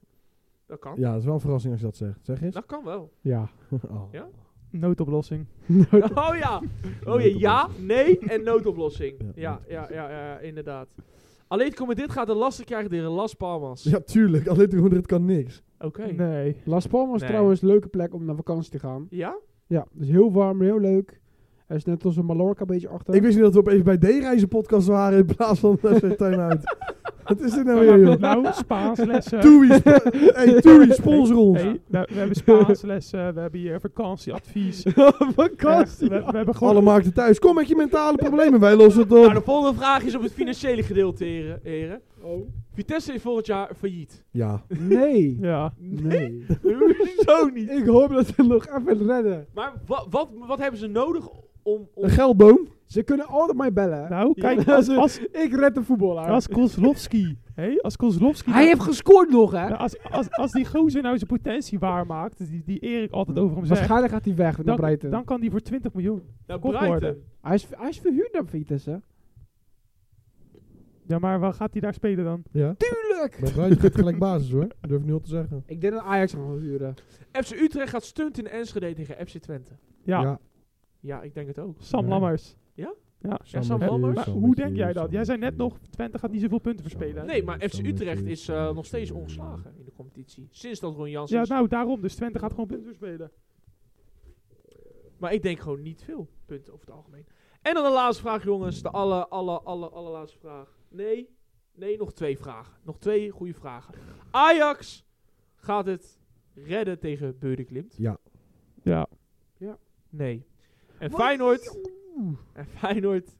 S1: Dat kan.
S2: Ja, dat is wel een verrassing als je dat zegt. Zeg eens.
S1: Dat kan wel.
S4: Ja.
S2: Oh.
S1: Ja.
S3: Noodoplossing.
S1: Oh ja. Oh ja, ja, nee en noodoplossing.
S2: Ja,
S1: Ja, ja, ja, ja, ja, inderdaad. Alleen komen dit gaat de lastig krijgen tegen Las Palmas.
S2: Ja, tuurlijk. Alleen toen het kan niks.
S1: Oké.
S3: Nee.
S4: Las Palmas
S1: Nee.
S4: trouwens een leuke plek om naar vakantie te gaan.
S1: Ja?
S4: Ja, dus heel warm, heel leuk. Er is net als een Mallorca een beetje achter.
S2: Ik wist niet dat we opeens bij D-reizen podcast waren in plaats van eh, zeg time-out. Wat is dit nou weer, joh?
S3: Nou, Spaanslessen.
S2: Toei, sp- hey, Toei, sponsor ons.
S3: Hey, we, we hebben Spaanslessen, we hebben hier vakantieadvies.
S4: vakantie.
S3: We, we hebben gewoon...
S2: Alle markten thuis. Kom met je mentale problemen. Wij lossen het
S1: Nou,
S2: op.
S1: de volgende vraag is op het financiële gedeelte, heren. heren. Vitesse is volgend jaar failliet.
S2: Ja.
S4: Nee.
S3: Oh. Ja.
S4: Nee.
S1: Zo niet.
S4: ik hoop dat ze nog even redden.
S1: Maar wa- wat, wat hebben ze nodig om... om
S2: Een geldboom.
S4: Ze kunnen altijd mij bellen.
S3: Nou, kijk,
S4: Ja.
S3: als, als,
S4: ik red de voetballer.
S3: als Kozlowski... Hé, als Kozlowski...
S4: Hij heeft gescoord nog, hè?
S3: Nou, als, als, als die gozer nou zijn potentie waarmaakt, die, die Erik altijd over hem zegt,
S4: Waarschijnlijk gaat hij weg naar
S3: dan,
S4: Breiten.
S3: dan kan die voor 20 miljoen.
S1: naar
S3: kop
S1: Brighton?
S3: worden.
S4: Hij, is, hij is verhuurd naar Vitesse.
S3: Ja, maar waar gaat hij daar spelen dan?
S2: Ja.
S4: Tuurlijk!
S2: Maar Bruin gaat gelijk basis hoor. Durf ik nu al te zeggen.
S4: Ik denk dat Ajax hem gaat huren.
S1: FC Utrecht gaat stunt in Enschede tegen FC Twente.
S3: Ja,
S1: Ja, ik denk het ook.
S3: Sam
S2: Nee.
S3: Lammers.
S1: Ja, Sam
S2: Mathieu,
S1: Lammers.
S3: Maar
S2: Sam
S3: hoe
S2: Mathieu,
S3: denk jij dat?
S2: Sam
S3: Jij zei net
S2: Mathieu.
S3: nog, Twente gaat niet zoveel punten verspelen.
S1: Nee, maar FC
S2: Sam Mathieu,
S1: Utrecht is eh,
S2: Sam
S1: nog steeds
S2: Mathieu.
S1: ongeslagen in de competitie. Sinds dat Ron Jansen
S3: Ja,
S1: is.
S3: nou daarom. Dus Twente gaat gewoon punten verspelen.
S1: Maar ik denk gewoon niet veel punten over het algemeen. En dan de laatste vraag, jongens. De alle, alle, alle, allerlaatste vraag. Nee, nee, nog twee vragen. Nog twee goede vragen. Ajax gaat het redden tegen Beurde Klimt?
S3: Ja.
S1: Nee. En Feyenoord, en Feyenoord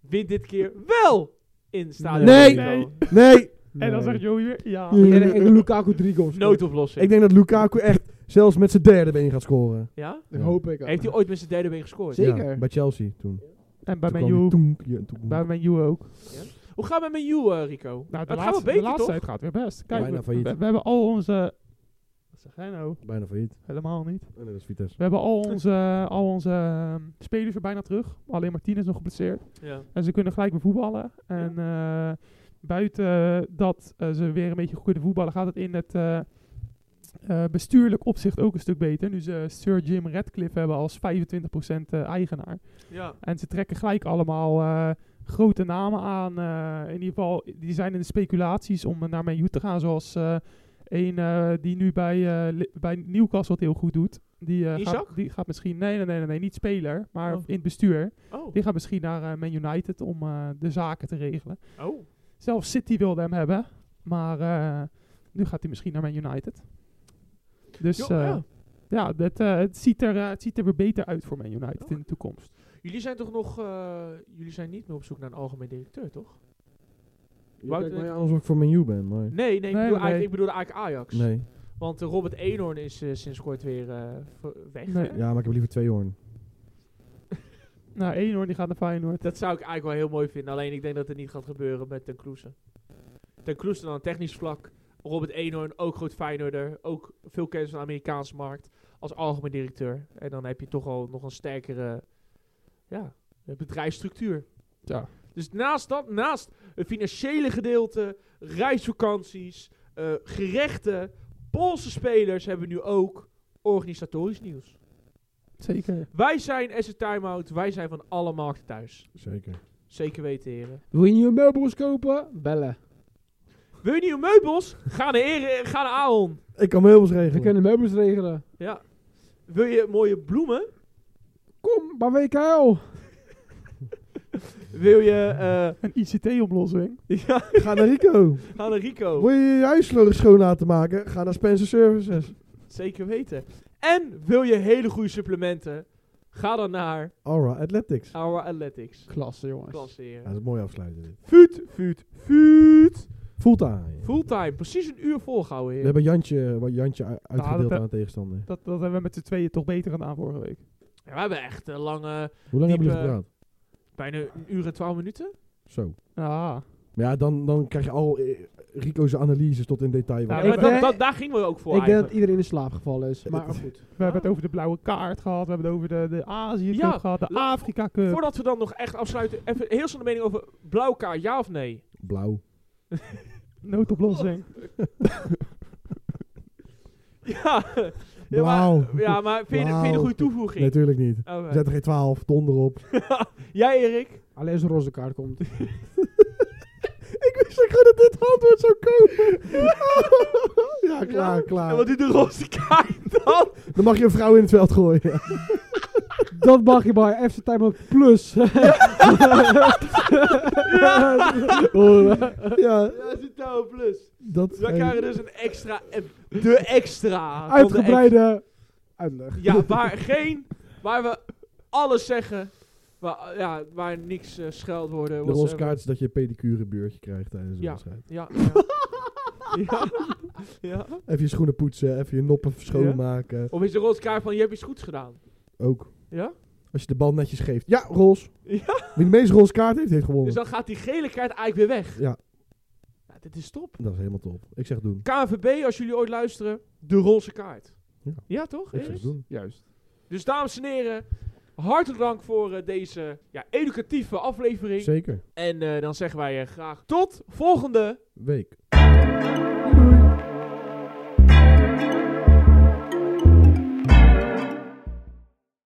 S1: wint dit keer wel in stadion.
S2: Nee.
S1: Benito.
S2: Nee.
S3: En dan zegt Joey weer, ja.
S2: Ja.
S4: Ik denk dat Lukaku drie goals scoort.
S1: Noodoplossing.
S2: Ik denk dat Lukaku echt zelfs met zijn derde been gaat scoren.
S1: ja?
S4: Dat hoop ik.
S1: Heeft hij ooit met zijn derde been gescoord?
S4: Zeker.
S2: Ja, bij Chelsea toen.
S3: En bij
S2: Toen kwam die
S3: Menu,
S2: toenk, ja, toenk.
S3: bij Menu ook.
S1: Hoe gaat het met jou, eh, Rico?
S3: Nou, de
S1: het gaat wel
S3: laatste,
S1: beter,
S3: de laatste
S1: toch?
S3: tijd gaat weer best. Kijk,
S2: Bijna
S3: we,
S2: failliet.
S3: we- we hebben al onze... Wat zeg jij nou?
S2: Bijna failliet.
S3: Helemaal niet.
S2: Oh, nee, dat is Vitesse.
S3: We hebben al onze, al onze ehm, spelers er bijna terug. Alleen Martinez nog geblesseerd.
S1: Ja.
S3: En ze kunnen gelijk weer voetballen. En eh, buiten dat eh, ze weer een beetje goed kunnen voetballen, gaat het in het eh, eh, bestuurlijk opzicht ook een stuk beter. Nu ze Sir Jim Radcliffe hebben als 25% eh, eigenaar.
S1: ja.
S3: En ze trekken gelijk allemaal eh, grote namen aan. eh, in ieder geval, die zijn in de speculaties om eh, naar Man U te gaan. Zoals eh een eh, die nu bij, eh, Li- bij Newcastle het heel goed doet. Die, eh,
S1: Isak?
S3: gaat, die gaat misschien... Nee, nee, nee, nee, nee, niet speler, maar
S1: Oh.
S3: in het bestuur.
S1: Oh.
S3: Die gaat misschien naar eh, Man United om eh, de zaken te regelen.
S1: oh.
S3: Zelfs City wilde hem hebben. Maar eh, nu gaat hij misschien naar Man United. Dus
S1: Jo,
S3: eh,
S1: ja.
S3: ja, dat, eh, het, ziet er, eh, het ziet er weer beter uit voor Man United
S1: Oké.
S3: in de toekomst.
S1: Jullie zijn toch nog... eh, jullie zijn niet meer op zoek naar een algemeen directeur, toch?
S2: Wou ik mij aan alsof ik voor mijn ben, maar...
S1: Nee, nee, ik,
S3: Nee,
S1: bedoel,
S3: nee.
S1: eigenlijk- ik bedoel eigenlijk Ajax.
S2: Nee.
S1: Want eh, Robert Eenhoorn is eh, sinds kort weer eh, ver- weg.
S3: Nee.
S1: hè?
S2: Ja, maar ik heb liever twee hoorn.
S3: Nou, Eenhoorn die gaat naar Feyenoord.
S1: Dat zou ik eigenlijk wel heel mooi vinden. Alleen ik denk dat het niet gaat gebeuren met Ten Kloeze. Ten Kloeze dan technisch vlak. Robert Eenhoorn, ook groot Feyenoorder. Ook veel kennis van de Amerikaanse markt. Als algemeen directeur. En dan heb je toch al nog een sterkere ja, bedrijfsstructuur.
S3: Ja.
S1: Dus naast dat, naast het financiële gedeelte, reisvakanties, eh, gerechten, Poolse spelers hebben we nu ook organisatorisch nieuws.
S3: Zeker.
S1: Wij zijn Asset Timeout, wij zijn van alle markten thuis.
S2: Zeker.
S1: Zeker weten, heren.
S4: Wil je nieuwe meubels kopen? Bellen.
S1: Wil je nieuwe meubels? Ga naar, heren, ga naar Aon.
S2: Ik kan meubels regelen.
S4: We kunnen meubels regelen.
S1: Ja. Wil je mooie bloemen?
S4: Kom, bij WKL.
S1: Wil je... eh,
S3: Een ICT-oplossing.
S1: ja,
S2: Ga naar Rico.
S3: Oh.
S1: ga naar Rico.
S2: Wil je je huisvloer schoon laten maken? Ga naar Spencer Services.
S1: Zeker weten. En wil je hele goede supplementen? Ga dan naar
S2: Aura Athletics.
S3: Ah.
S1: Our Athletics.
S4: Klasse, jongens.
S1: Klasse,
S2: Ja,
S1: heren.
S2: dat is mooi afsluiten. dit.
S1: Vuut, vuut, vuut.
S2: Fulltime.
S1: Fulltime. Precies een uur volgehouden,
S2: We
S1: heren.
S2: hebben Jantje, wat Jantje u-
S3: dat,
S2: uitgedeeld
S3: eh,
S2: aan de tegenstander.
S3: Dat, dat hebben we met z'n tweeën toch beter gedaan vorige week.
S1: Ja, we hebben echt een lange...
S2: Hoe lang hebben
S3: eh,
S2: jullie
S1: diepe-
S2: gepraat?
S1: Bijna een uur en twaalf minuten.
S2: Zo.
S3: Ah,
S2: Maar ja, dan, dan krijg je al eh, Rico's analyses tot in detail.
S3: Ja,
S1: Ja,
S2: Want-
S1: maar
S4: ik
S1: Nou, dat,
S4: denk-
S1: dat, daar gingen we ook voor
S4: Ik denk dat
S1: eigenlijk.
S4: iedereen in slaap gevallen is. Maar
S2: Het-
S4: goed.
S3: we hebben het over de blauwe kaart gehad. We hebben het over de, de Azië-cup
S1: Ah. Ja,
S3: gehad. De
S1: la-
S3: Afrika-cup.
S1: Voordat we dan nog echt afsluiten, even heel snel de mening over blauw kaart, ja of nee?
S2: Blauw.
S3: Noodoplossing.
S1: Ja, ja, maar,
S2: Blauw.
S1: ja, maar vind je, vind je een
S2: Blauw.
S1: goede toevoeging?
S2: Natuurlijk niet.
S1: Oké.
S2: Zet er geen 12, donder op.
S1: Oh, Jij Erik?
S4: Alleen als een roze kaart komt.
S2: ik wist ook gewoon dat dit antwoord zou komen. ja, klaar,
S1: En
S2: klaar.
S1: wat doet de roze
S2: Ah.
S1: kaart dan?
S2: Dan mag je een vrouw in het veld gooien.
S4: Dat mag je bij FC Time Plus.
S2: ja,
S1: Ja, dat is een touw plus.
S2: dat...
S1: We
S2: eh,
S1: krijgen dus een extra, app. de extra. van de
S4: Uitgebreide uitleg.
S1: ex- Ja, waar geen, waar we alles zeggen, waar, ja, waar niks eh, scheld worden.
S2: de
S1: whatsoever.
S2: roze kaart is dat je een pedicure buurtje krijgt tijdens een
S1: Ja.
S2: wedstrijd.
S1: Ja, ja. ja. ja.
S2: Even je schoenen poetsen, even je noppen schoonmaken.
S1: Of is de roze kaart van je hebt iets goeds gedaan?
S2: Ook.
S1: Ja?
S2: Als je de bal netjes geeft. Ja, roze.
S1: Ja.
S2: Wie de meeste roze kaart heeft, heeft gewonnen.
S1: Dus dan gaat die gele kaart eigenlijk weer weg.
S2: Ja.
S1: Nou, dit is top.
S2: Dat is helemaal top. Ik zeg doen.
S1: KNVB, als jullie ooit luisteren, de roze kaart.
S2: Ja.
S1: Ja, toch?
S2: Ik
S1: Erik?
S2: zeg doen.
S4: Juist.
S1: Dus dames en heren, hartelijk dank voor eh, deze ja, educatieve aflevering.
S2: Zeker.
S1: En eh, dan zeggen wij eh, graag tot volgende
S2: Week.
S4: Doei.